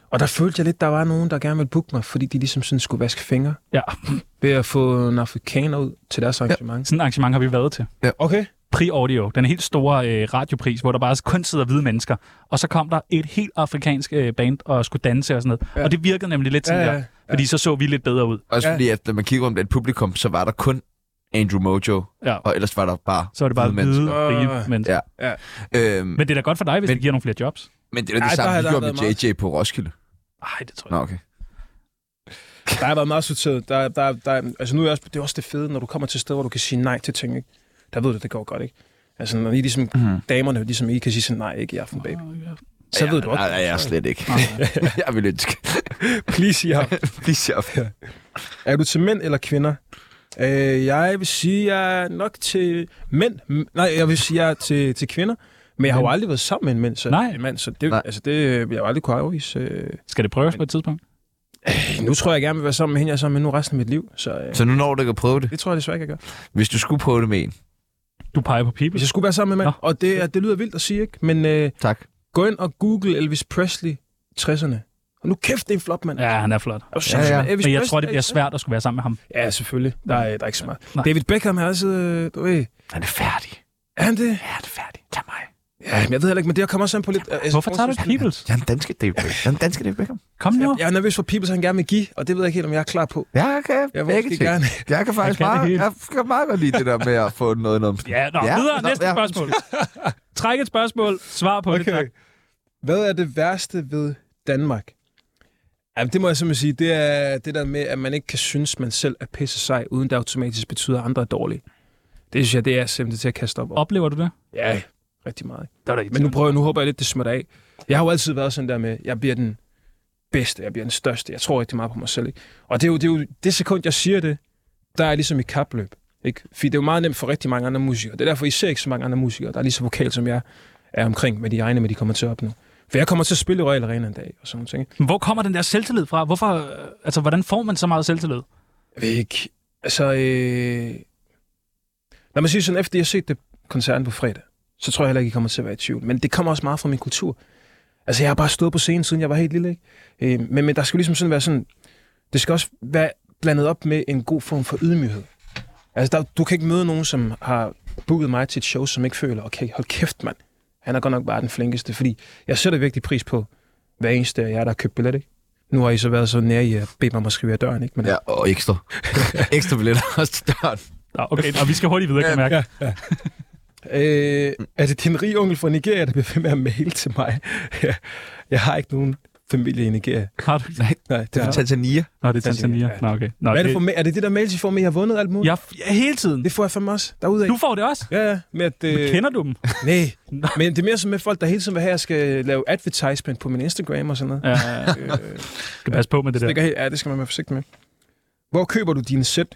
Og der følte jeg lidt, der var nogen, der gerne ville booke mig, fordi de ligesom sådan skulle vaske fingre
Ja.
ved at få en afrikaner ud til deres arrangement.
Sådan et arrangement har vi været til.
Ja.
Okay.
Pri Audio, den helt store øh, radiopris, hvor der bare kun sidder hvide mennesker. Og så kom der et helt afrikansk øh, band og skulle danse og sådan noget. Ja. Og det virkede nemlig lidt sådan ja, ja, ja. der, fordi så så vi lidt bedre ud.
Også fordi, at når man kigger om det publikum, så var der kun Andrew Mojo,
Ja.
og ellers var der bare
Så er det bare
hvide
hvide,
mennesker.
rige mennesker.
Ja.
Øhm,
Men det er da godt for dig, hvis men, det giver nogle flere jobs.
men det er da
Ej,
det
der
samme,
har-
vi
der har
gjorde
været
med JJ på Roskilde.
Nej, det tror jeg
Nå, okay.
Der har været meget sorteret. Der, der, der, altså nu er jeg også, det er også det fede, når du kommer til et sted, hvor du kan sige nej til ting. Ikke? Der ved du, det går godt, ikke? Altså når I ligesom,
Mhm.
mm. damerne ligesom, I kan sige sådan, nej, ikke i aften, baby. Så ved du
Nej,
også.
nej, jeg er slet ikke. jeg vil ønske.
Please, ja.
Please, ja.
Er du til mænd eller kvinder? Øh, jeg vil sige, jeg er nok til mænd. M- Nej, jeg vil sige, jeg er til, til kvinder. Men jeg har jo aldrig været sammen med en mænd, så,
Nej.
en mand, så det,
Nej.
altså, det øh, vil jeg jo aldrig kunne afvise. Øh,
Skal det prøves på et tidspunkt?
nu tror jeg, jeg gerne vil være sammen med hende, jeg er sammen med nu resten af mit liv. Så, øh,
Så nu når du ikke at prøve det.
det tror jeg desværre ikke, jeg gør.
Hvis du skulle prøve det med en.
Du peger på people.
Hvis jeg skulle være sammen med mand, og det, er- det lyder vildt at sige, ikke? men øh,
Tak.
gå ind og google Elvis Presley 60'erne. Og nu kæft, det er en flop, mand.
Ja, han er flot.
Og så,
Ja, ja.
Elvis
Men jeg
Presley
tror, det
er
bliver
i
svært at skulle være sammen med ham.
60'erne. Ja, selvfølgelig. Der er, der er ikke så meget.
Nej.
David Beckham har også, øh, du ved,
Han er færdig.
er han det?
Ja, han er færdig. Tag mig.
Ja, men jeg ved heller ikke, men det kommer sådan på lidt... Altså,
Hvorfor tager du Peoples?
Jeg er en dansk David Beckham. Jeg er en dansk David Beckham.
Kom nu.
Jeg er nervøs for Peoples, han gerne vil give, og det ved jeg ikke helt, om jeg er klar på.
Jeg kan
Jeg vil
begge
måske
ting.
gerne.
Jeg kan faktisk
kan det
meget,
hele.
jeg kan meget godt lide det der med at få noget noget.
Ja, nå, ja, videre.
nå,
Næste
ja.
spørgsmål. Træk et spørgsmål. Svar på det. tak.
Hvad er det værste ved Danmark? Jamen, det må jeg simpelthen sige. Det er det der med, at man ikke kan synes, man selv er pisse sej, uden det automatisk betyder, at andre er dårlige. Det synes jeg, det er simpelthen til at kaste op over.
Oplever du det?
Ja, rigtig meget.
Det var da irriterende.
Men nu prøver jeg, nu håber jeg lidt, det smutter af. Jeg har jo altid været sådan der med, jeg bliver den bedste, jeg bliver den største, jeg tror rigtig meget på mig selv. Ikke? Og det er, jo, det er jo det sekund, jeg siger det, der er jeg ligesom i kapløb. Ikke? Fordi det er jo meget nemt for rigtig mange andre musikere. Det er derfor, I ser ikke så mange andre musikere, der er lige så vokal, som jeg er omkring, hvad de regner med, de kommer til at opnå. For jeg kommer til at spille i Royal Arena en dag, og sådan nogle ting. ikke?
Men Hvor kommer den der selvtillid fra? Hvorfor, øh, altså, hvordan får man så meget selvtillid?
Jeg ved ikke. Altså, øh... Lad mig sige sådan, efter jeg har set det koncerten på fredag, så tror jeg heller ikke, I kommer til at være i tvivl. Men det kommer også meget fra min kultur. Altså, jeg har bare stået på scenen, siden jeg var helt lille, ikke? Øh, men, men der skal ligesom sådan være sådan... Det skal også være blandet op med en god form for ydmyghed. Altså, der, du kan ikke møde nogen, som har booket mig til et show, som ikke føler, okay, hold kæft, mand. Han er godt nok bare den flinkeste, fordi jeg sætter virkelig pris på hver eneste af jer, der har købt billet, ikke? Nu har I så været så nær i at bede mig om at skrive af døren, ikke? Men
Ja, og ekstra. ekstra billetter også til døren.
Nå, okay, og vi skal hurtigt videre, kan jeg mærke.
altså, Øh, er det din rige onkel fra Nigeria, der bliver ved med at mail til mig? jeg har ikke nogen familie i Nigeria.
Har du
Nej, nej det,
er
har-
Tanzania. Nå, det er Tanzania. Nå, okay. Nå,
Hvad er det
det-
for ma- Er det det der mails, I får med, at I har vundet alt muligt?
Jeg, ja, hele tiden.
Det får jeg fandme også derude af.
Du får det også?
Ja, ja. Med at, øh...
Kender du dem?
Nej, men det er mere som med folk, der hele tiden vil have, at jeg skal lave advertisement på min Instagram og sådan noget.
Ja, ja, ja. Skal passe på med det der.
Stikker helt, ja, det skal man være forsigtig med. Hvor køber du dine sæt?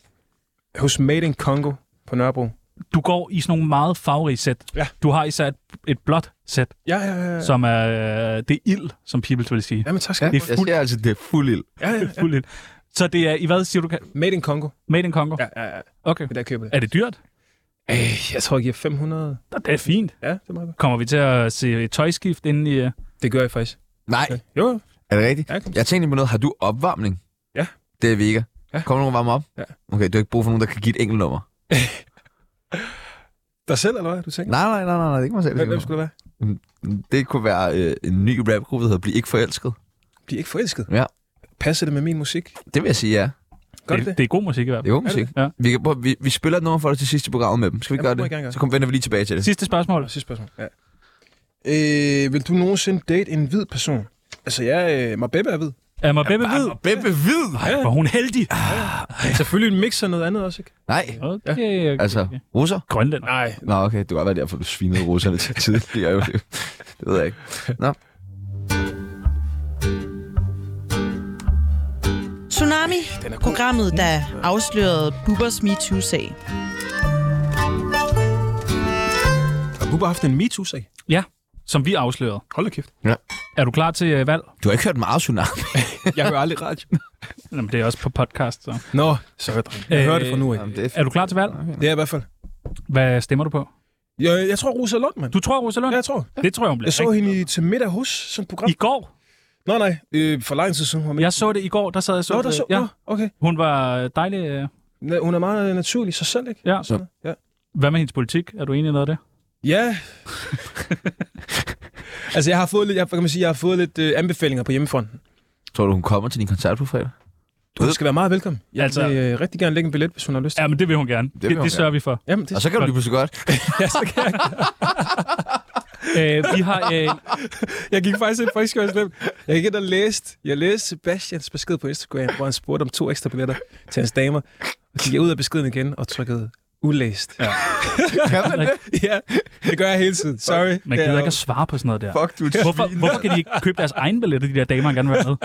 Hos Made in Congo på Nørrebro.
Du går i sådan nogle meget farverige sæt.
Ja.
Du har især et, et blåt sæt,
Ja, ja, ja. ja.
som er, øh, det er ild, som Peoples vil sige.
Jamen, tak skal
det er fuld,
altså, det er fuld ild.
Ja, ja, ja.
fuld ild. Så det er, i hvad siger du? kan-
Made in Congo.
Made in Congo?
Ja, ja, ja.
Okay.
Det der køber det.
Er det dyrt?
Øh, jeg tror, jeg giver 500.
Nå, Det er fint.
Ja, det er meget godt.
Kommer vi til at se et tøjskift inden i... øh?
Det gør jeg faktisk.
Nej.
Jo.
Er det rigtigt?
Ja, kom.
Jeg tænkte på noget. Har du opvarmning?
Ja.
Det er vi ikke.
Ja.
Kommer nogen og varme op?
Ja.
Okay, du har ikke brug for nogen, der kan give et enkelt nummer.
Dig selv, eller hvad? Du tænker?
Nej, nej, nej, nej, nej det er ikke mig selv.
Hvem, hvem skulle det være?
Det kunne være øh, en ny rapgruppe, der hedder Bliv ikke forelsket.
Bliv ikke forelsket.
Ja,
Passer det med min musik?
det vil jeg sige ja.
Gør det?
Det, det er god musik i hvert
Det er god
fald.
musik.
Ja.
Vi, kan, prøve, vi, vi spiller et nummer for dig til sidste program med dem. Skal vi
Jamen,
gøre
det må I gerne
det?
gøre.
Så kom, vender vi lige tilbage til det.
Sidste spørgsmål.
Sidste spørgsmål. Ja. Øh, vil du nogensinde date en hvid person? Altså, jeg, øh, Mabebe er hvid.
Er mig Bebbe hvid?
Bebbe Hvid!
Ej, hvor er hun heldig.
Selvfølgelig en mix og noget andet også, ikke?
Nej,
Okay, okay.
altså russer?
Grønland.
Nej.
Nå, okay, det var være derfor, du svinede russerne til tidligere. jo. Det ved jeg ikke. Nå,
Tsunami, programmet, der afslørede Bubbers MeToo-sag.
Har Bubber haft en MeToo-sag?
Ja, som vi afslørede.
Hold da kæft.
Er du klar til øh, valg?
du har ikke hørt meget tsunami.
Jeg hører aldrig radio.
Jamen, det er også på podcast. Så.
Nå, sorry, dreng. Jeg
Øh,
hører det fra nu af.
Jamen, det er
Er du klar til valg?
Det er jeg i hvert fald.
Hvad stemmer du på?
Jeg, jeg tror, Rosa Lund, mand.
Du tror, Rosalund?
Ja, jeg tror.
Det tror jeg, hun bliver.
Jeg så
ikke?
hende i, til middag hos sådan et program.
I går.
Nå, nej. Øh, for lang tid siden. Hun var med.
Jeg så det i går. Der sad jeg så
Nå,
det.
der så...
Ja.
Nå, okay.
Hun var dejlig. øh,
Na- Hun er meget naturlig i sig selv, ikke?
Ja.
Sådan noget. Ja.
Hvad med hendes politik? Er du enig i noget af det?
Ja. altså, jeg har fået lidt, jeg, hvad kan man sige, jeg har fået lidt øh, anbefalinger på hjemmefronten.
Tror du, hun kommer til din koncert på fredag?
Du skal være meget velkommen. Jeg
Altså-
altså... vil øh, rigtig gerne lægge en billet, hvis hun har lyst til
Ja, men det vil hun gerne. Det,
vil
det,
hun
det sørger vi for.
Jamen, det
Og så kan du lige pludselig godt.
Æ, vi har... Øh,
Jeg gik faktisk ind, faktisk jeg slemt. Jeg gik ind og læste, jeg læste Sebastians besked på Instagram, hvor han spurgte om to ekstra billetter til hans damer. Og så gik jeg ud af beskeden igen og trykkede ulæst. Ja,
Kan man det?
ja det gør jeg hele tiden. Sorry.
man
Det er
gider
jo-
ikke at svare på sådan noget der.
Fuck, du er et
Hvorfor,
svin.
hvorfor kan de ikke købe deres egen billetter, de der damer, der gerne vil være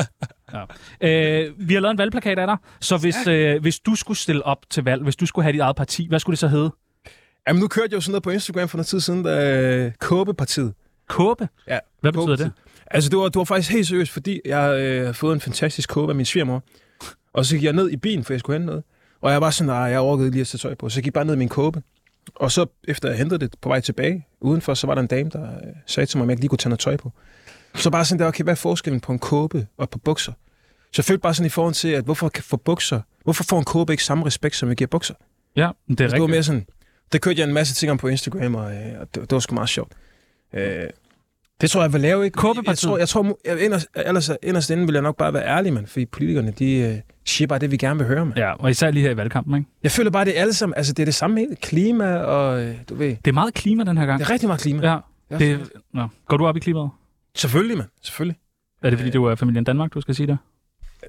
med? Ja. Øh, vi har lavet en valgplakat af dig, så hvis, øh, hvis du skulle stille op til valg, hvis du skulle have dit eget parti, hvad skulle det så hedde?
Jamen, nu kørte jeg jo sådan noget på Instagram for noget tid siden, da øh, Kåbepartiet.
Kåbe?
Ja,
Hvad betyder det?
Altså, det var, det var faktisk helt seriøst, fordi jeg har øh, fået en fantastisk kåbe af min svigermor. Og så gik jeg ned i bilen, for jeg skulle hente noget. Og jeg var sådan, nej, jeg overgik lige at tage tøj på. Så jeg gik jeg bare ned i min kåbe. Og så, efter jeg hentede det på vej tilbage udenfor, så var der en dame, der øh, sagde til mig, om jeg ikke lige kunne tage noget tøj på. Så bare sådan der, okay, hvad er forskellen på en kåbe og på bukser? Så jeg følte bare sådan i forhold til, at hvorfor kan få bukser, hvorfor får en kåbe ikke samme respekt, som vi giver bukser?
Ja, det er
Altså, Det var
rigtigt.
mere sådan, der kørte jeg en masse ting om på Instagram, og, øh, og det, det var sgu meget sjovt. Øh, det tror jeg, jeg vil lave, ikke?
Kåbepartiet.
Jeg tror, jeg tror mu- jeg, inderst, ellers, inderst inden vil jeg nok bare være ærlig, mand, fordi politikerne, de øh, siger bare det, vi gerne vil høre, mand.
Ja, og især lige her i valgkampen, ikke?
Jeg føler bare, det er alle sammen, altså det er det samme hele, klima og, øh, du ved, det
Det er meget klima den her gang.
er rigtig meget klima.
Ja,
Ja,
det, nå. Går du op i klimaet?
Selvfølgelig, mand, selvfølgelig.
Er det, fordi
Øh.
du er familien Danmark, du skal sige det?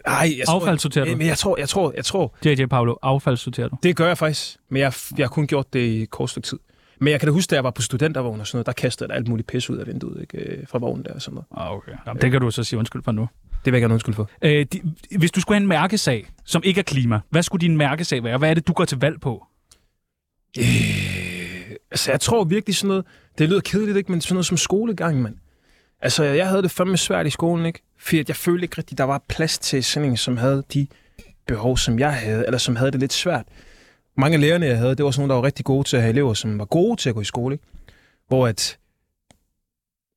Ej, jeg tror,
Affaldssorterer
jeg,
du?
men jeg tror, jeg tror, jeg tror,
JJ Paolo, affaldssorterer du?
det gør jeg faktisk, men jeg, jeg har kun gjort det i et kort stykke tid. Men jeg kan da huske, da jeg var på studentervogn og sådan noget, der kastede jeg da alt muligt pis ud af vinduet, ikke? øh, Fra vognen der og sådan noget.
Ah, okay. Jamen, det kan du så sige undskyld for nu.
Det vil jeg gerne undskylde for.
Øh, de, hvis du skulle have en mærkesag, som ikke er klima, hvad skulle din mærkesag være? Hvad er det, du går til valg på?
Altså, jeg tror virkelig sådan noget... Det lyder kedeligt, ikke? Men sådan noget som skolegang, mand. Altså, jeg havde det fandme svært i skolen, ikke? Fordi at jeg følte ikke rigtigt, der var plads til sådan en, som havde de behov, som jeg havde, eller som havde det lidt svært. Mange af lærerne, jeg havde, det var sådan nogle, der var rigtig gode til at have elever, som var gode til at gå i skole, ikke? Hvor at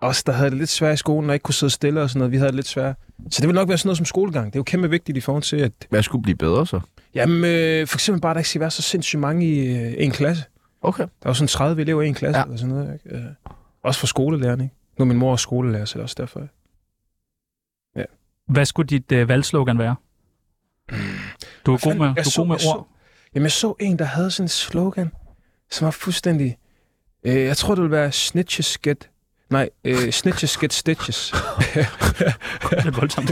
os, der havde det lidt svært i skolen, og ikke kunne sidde stille og sådan noget, vi havde det lidt svært. Så det ville nok være sådan noget som skolegang. Det er jo kæmpe vigtigt i forhold til, at
Hvad skulle blive bedre så?
jamen, øh, for eksempel bare, der ikke skal være så sindssygt mange i øh, en klasse.
Okay.
Der var sådan 30 elever i en klasse,
Ja.
ja. eller sådan noget. Ikke? Øh, Også for skolelærerne, ikke? Nu er min mor også skolelærer, så det er også derfor. ikke?
Hvad skulle dit øh, valgslogan være? Du er god
fanden,
med,
jeg
du er
så-
god med
jeg så-
ord.
Jamen, jeg så en, der havde sådan en slogan, som var fuldstændig... Øh, jeg tror, det ville være snitches get Nej, øh, snitches get stitches. det er voldsomt.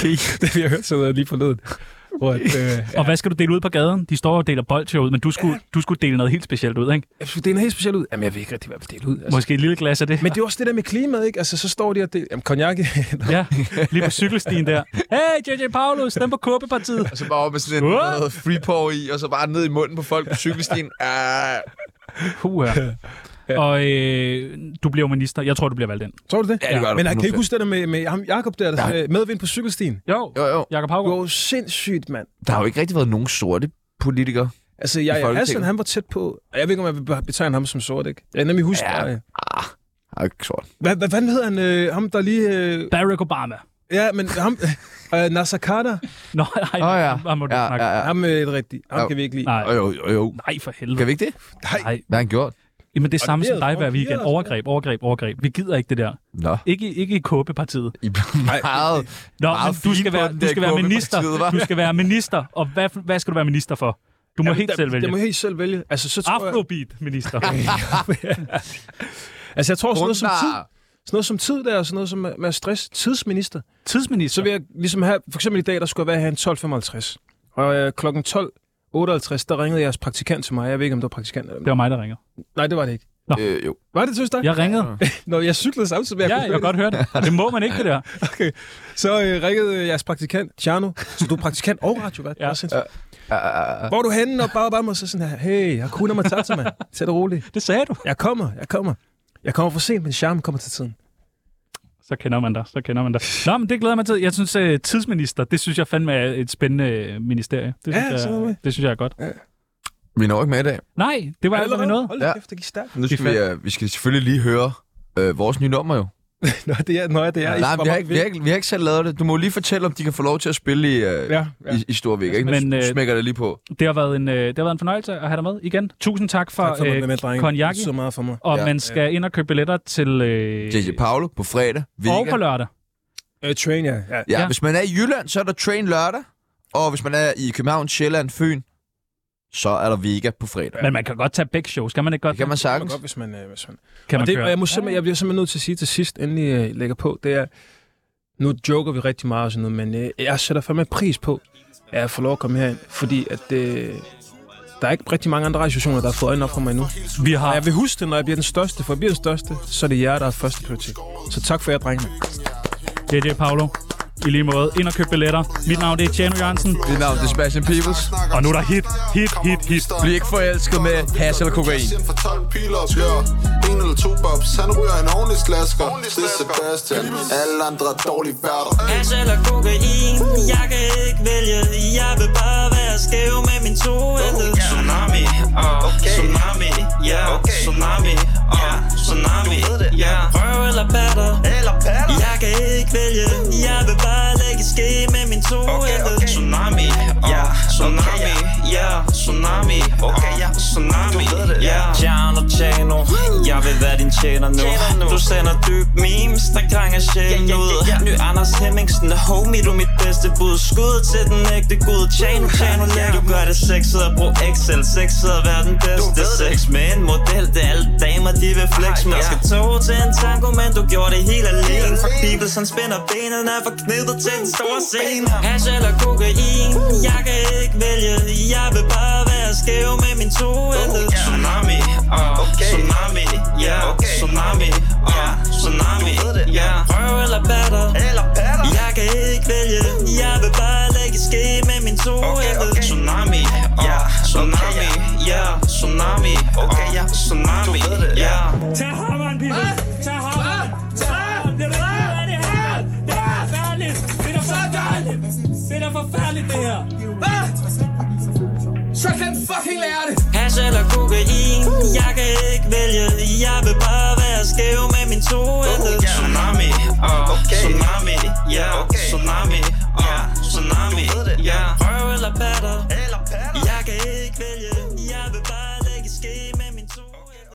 kan I, det vi har hørt sådan noget lige forleden. Hvor at, øh,
Og hvad skal du dele ud på gaden? De står og deler bolcher ud, men du skulle, du skulle dele noget helt specielt ud, ikke?
Jeg skulle dele noget helt specielt ud. Jamen, jeg ved ikke rigtig, hvad jeg vil dele ud. Altså.
Måske et lille glas af det.
Men det er også det der med klimaet, ikke? Altså, så står de og det... Jamen, cognac.
ja, lige på cykelstien der. Hey, JJ Paulus, den på kåbepartiet.
Og så bare op med sådan en, noget free pour i, og så bare ned i munden på folk på cykelstien. Ah.
Puh, ja. Og øh, du bliver jo minister. Jeg tror, du bliver valgt ind.
Tror du det?
Ja, det gør du.
Men jeg kan I
100%.
ikke huske det der med, med ham, Jacob der, der øh, medvind på cykelstien?
Jo,
jo, jo.
Jacob Havgaard.
Jo, sindssygt, mand.
Der har jo ikke rigtig været nogen sorte politikere.
Altså,
i
jeg,
Folketinget.
Hassan, han var tæt på... Jeg ved ikke, om jeg vil betegne ham som sort, ikke? Jeg kan nemlig huske ja. det.
Ah, ikke sort.
Hvad, hvad fanden hedder han? Øh, ham, der lige... Øh...
Barack Obama.
Ja, men ham... Øh, Nasser Carter.
Nå, nej, oh, ja. ham må du ja, snakke.
ja, ja.
Ham er øh, rigtigt. Ham
Jo.
kan vi ikke lide.
Nej.
Jo, jo, jo, jo.
Nej, for helvede.
Kan vi ikke det?
Nej.
Hvad har han gjort?
Jamen, det er samme
Og det
som
er
dig
jo
hver weekend.
forkert,
Overgreb, overgreb, overgreb. Vi gider ikke det der.
Nå.
Ikke, i- ikke i kåbepartiet.
I meget,
Nå,
meget
men du
fine
skal
på
være,
den
du
der
skal være
kåbepartiet,
minister.
hva'?
Du skal være minister. Og hvad, hvad skal du være minister for? Du må
Jamen,
helt
der-
selv vælge.
Jeg må helt selv vælge. Altså, så tror jeg...
Afrobeat-minister.
Altså, jeg tror sådan noget som tid.
Grundar.
Sådan noget som tid der, og sådan noget som øh, med stress. Tidsminister.
Tidsminister.
Så vil jeg ligesom have, for eksempel i dag, der skulle jeg være her en 12.55. Og øh, klokken 12.58, der ringede jeres praktikant til mig. Jeg ved ikke, om det var praktikant. Eller...
Det var mig, der ringer.
Nej, det var det ikke.
Øh, jo.
Var det, synes du?
Jeg ringede.
Nå, jeg cyklede samtidig med,
Ja, jeg kan godt høre det. Og det må man ikke, det der.
Okay. Så øh, ringede øh, jeres praktikant, Tjerno. Så du er praktikant og radiovært. Ja. Uh, uh, Hvor er du henne? Og bare bare mig så sådan her. Hey, jeg kunne mig tage mand. Tag det roligt.
Det sagde du.
Jeg kommer, jeg kommer. Jeg kommer for sent, men charmen kommer til tiden.
Så kender man dig, så kender man dig. Nå, men det glæder jeg mig til. Jeg synes, øh, tidsminister, det synes jeg fandme er et spændende øh, ministerie. Det
Ja,
synes,
sådan noget med.
jeg, det synes jeg er godt. Ja.
Vi når ikke med i dag.
Nej, det var alt, hvad vi nåede.
Hold da kæft, det gik stærkt.
Nu skal
Det
vi,
er
øh, vi skal selvfølgelig lige høre øh, vores nye nummer jo.
Nå, det er, nå, det er.
Nej,
Hvor
vi har,
meget
ikke, vi, har ikke, vi har ikke selv lavet det. Du må lige fortælle, om de kan få lov til at spille i, øh,
Ja,
ja,
ja.
ja. i, i Storvik. Ikke? Men,
Men,
nu
øh,
smækker det lige på.
Det har været en, øh, det har været en fornøjelse at have dig med igen. Tusind tak for,
Tak for mig, med, drenge.
konjakken.
Så meget for mig.
Og
Ja.
ja. man skal ind og købe billetter til... Øh,
JJ Paolo på fredag. Vega.
og på lørdag.
Uh, train, ja. ja.
Ja,
Ja.
ja, hvis man er i Jylland, så er der train lørdag. Og hvis man er i København, Sjælland, Fyn, så er der Vega på fredag.
Men man kan godt tage begge shows, kan man ikke godt?
Det kan man
Man
sagtens.
godt, hvis man, øh, hvis man...
Kan
og
man
det,
køre?
og jeg, må simpelthen, jeg bliver simpelthen nødt til at sige til sidst, endelig øh, lægger på, det er, nu joker vi rigtig meget og sådan noget, men øh, jeg sætter fandme pris på, at jeg får lov at komme herind, fordi at, øh, der er ikke rigtig mange andre radiostationer, der har fået øjnene op for mig endnu.
Vi har...
Og jeg vil huske det, når jeg bliver den største, for jeg bliver den største, så er det jer, der er første prioritet. Så tak for jer, drengene.
JJ Paolo, i lige måde. Ind og købe billetter. Mit navn det er Tjerno Jørgensen.
Mit navn det er Sebastian Peebles.
Og nu er der hit, hit, hit, hit.
Bliv ikke forelsket med hash eller kokain.
Fra 12 piler og skør En eller to bobs Han ryger en ordentlig slasker Det er Sebastian Alle andre er dårlige værter
Hash eller kokain Jeg kan ikke vælge Jeg vil bare være skæv med min to hænder Tsunami, oh, tsunami, ja Tsunami, oh, tsunami, ja Røv eller patter Jeg kan ikke vælge Jeg vil bare lægge ske med min to hænder Tsunami, ja Tsunami, ja Tsunami, okay, ja Tsunami, ja Tjano, tjano Jeg vil være din tjener nu Du sender dyb memes, der krænger sjælen ud Ny Anders Hemmingsen er homie, du er mit bedste bud Skud til den ægte gud, tjano, tjano, ja Du gør det sexet at bruge Excel Sexet at være den bedste sex Med en model, det er alle damer, de vil flex Man skal tog til en tango, men du gjorde det helt alene For Bibels, han spænder benene for knyttet til den store scene Hash eller kokain, jeg kan ikke vælge Jeg vil bare være skæv med min to hænder Tsunami, ah, tsunami, ja Tsunami, ah, tsunami, ja Røv eller batter, jeg kan ikke vælge Jeg vil bare lægge ske med min to hænder Tsunami, ah, tsunami, ja Tsunami, ah, tsunami, ja Tag hammeren, people, tag hammeren Tag hammeren, det er det her Det er forfærdeligt, det er forfærdeligt Det er forfærdeligt, det her så kan den fucking lære det Hash eller kokain Jeg kan ikke vælge Jeg vil bare være skæv med min to hænder Tsunami, ah, tsunami, ja Tsunami,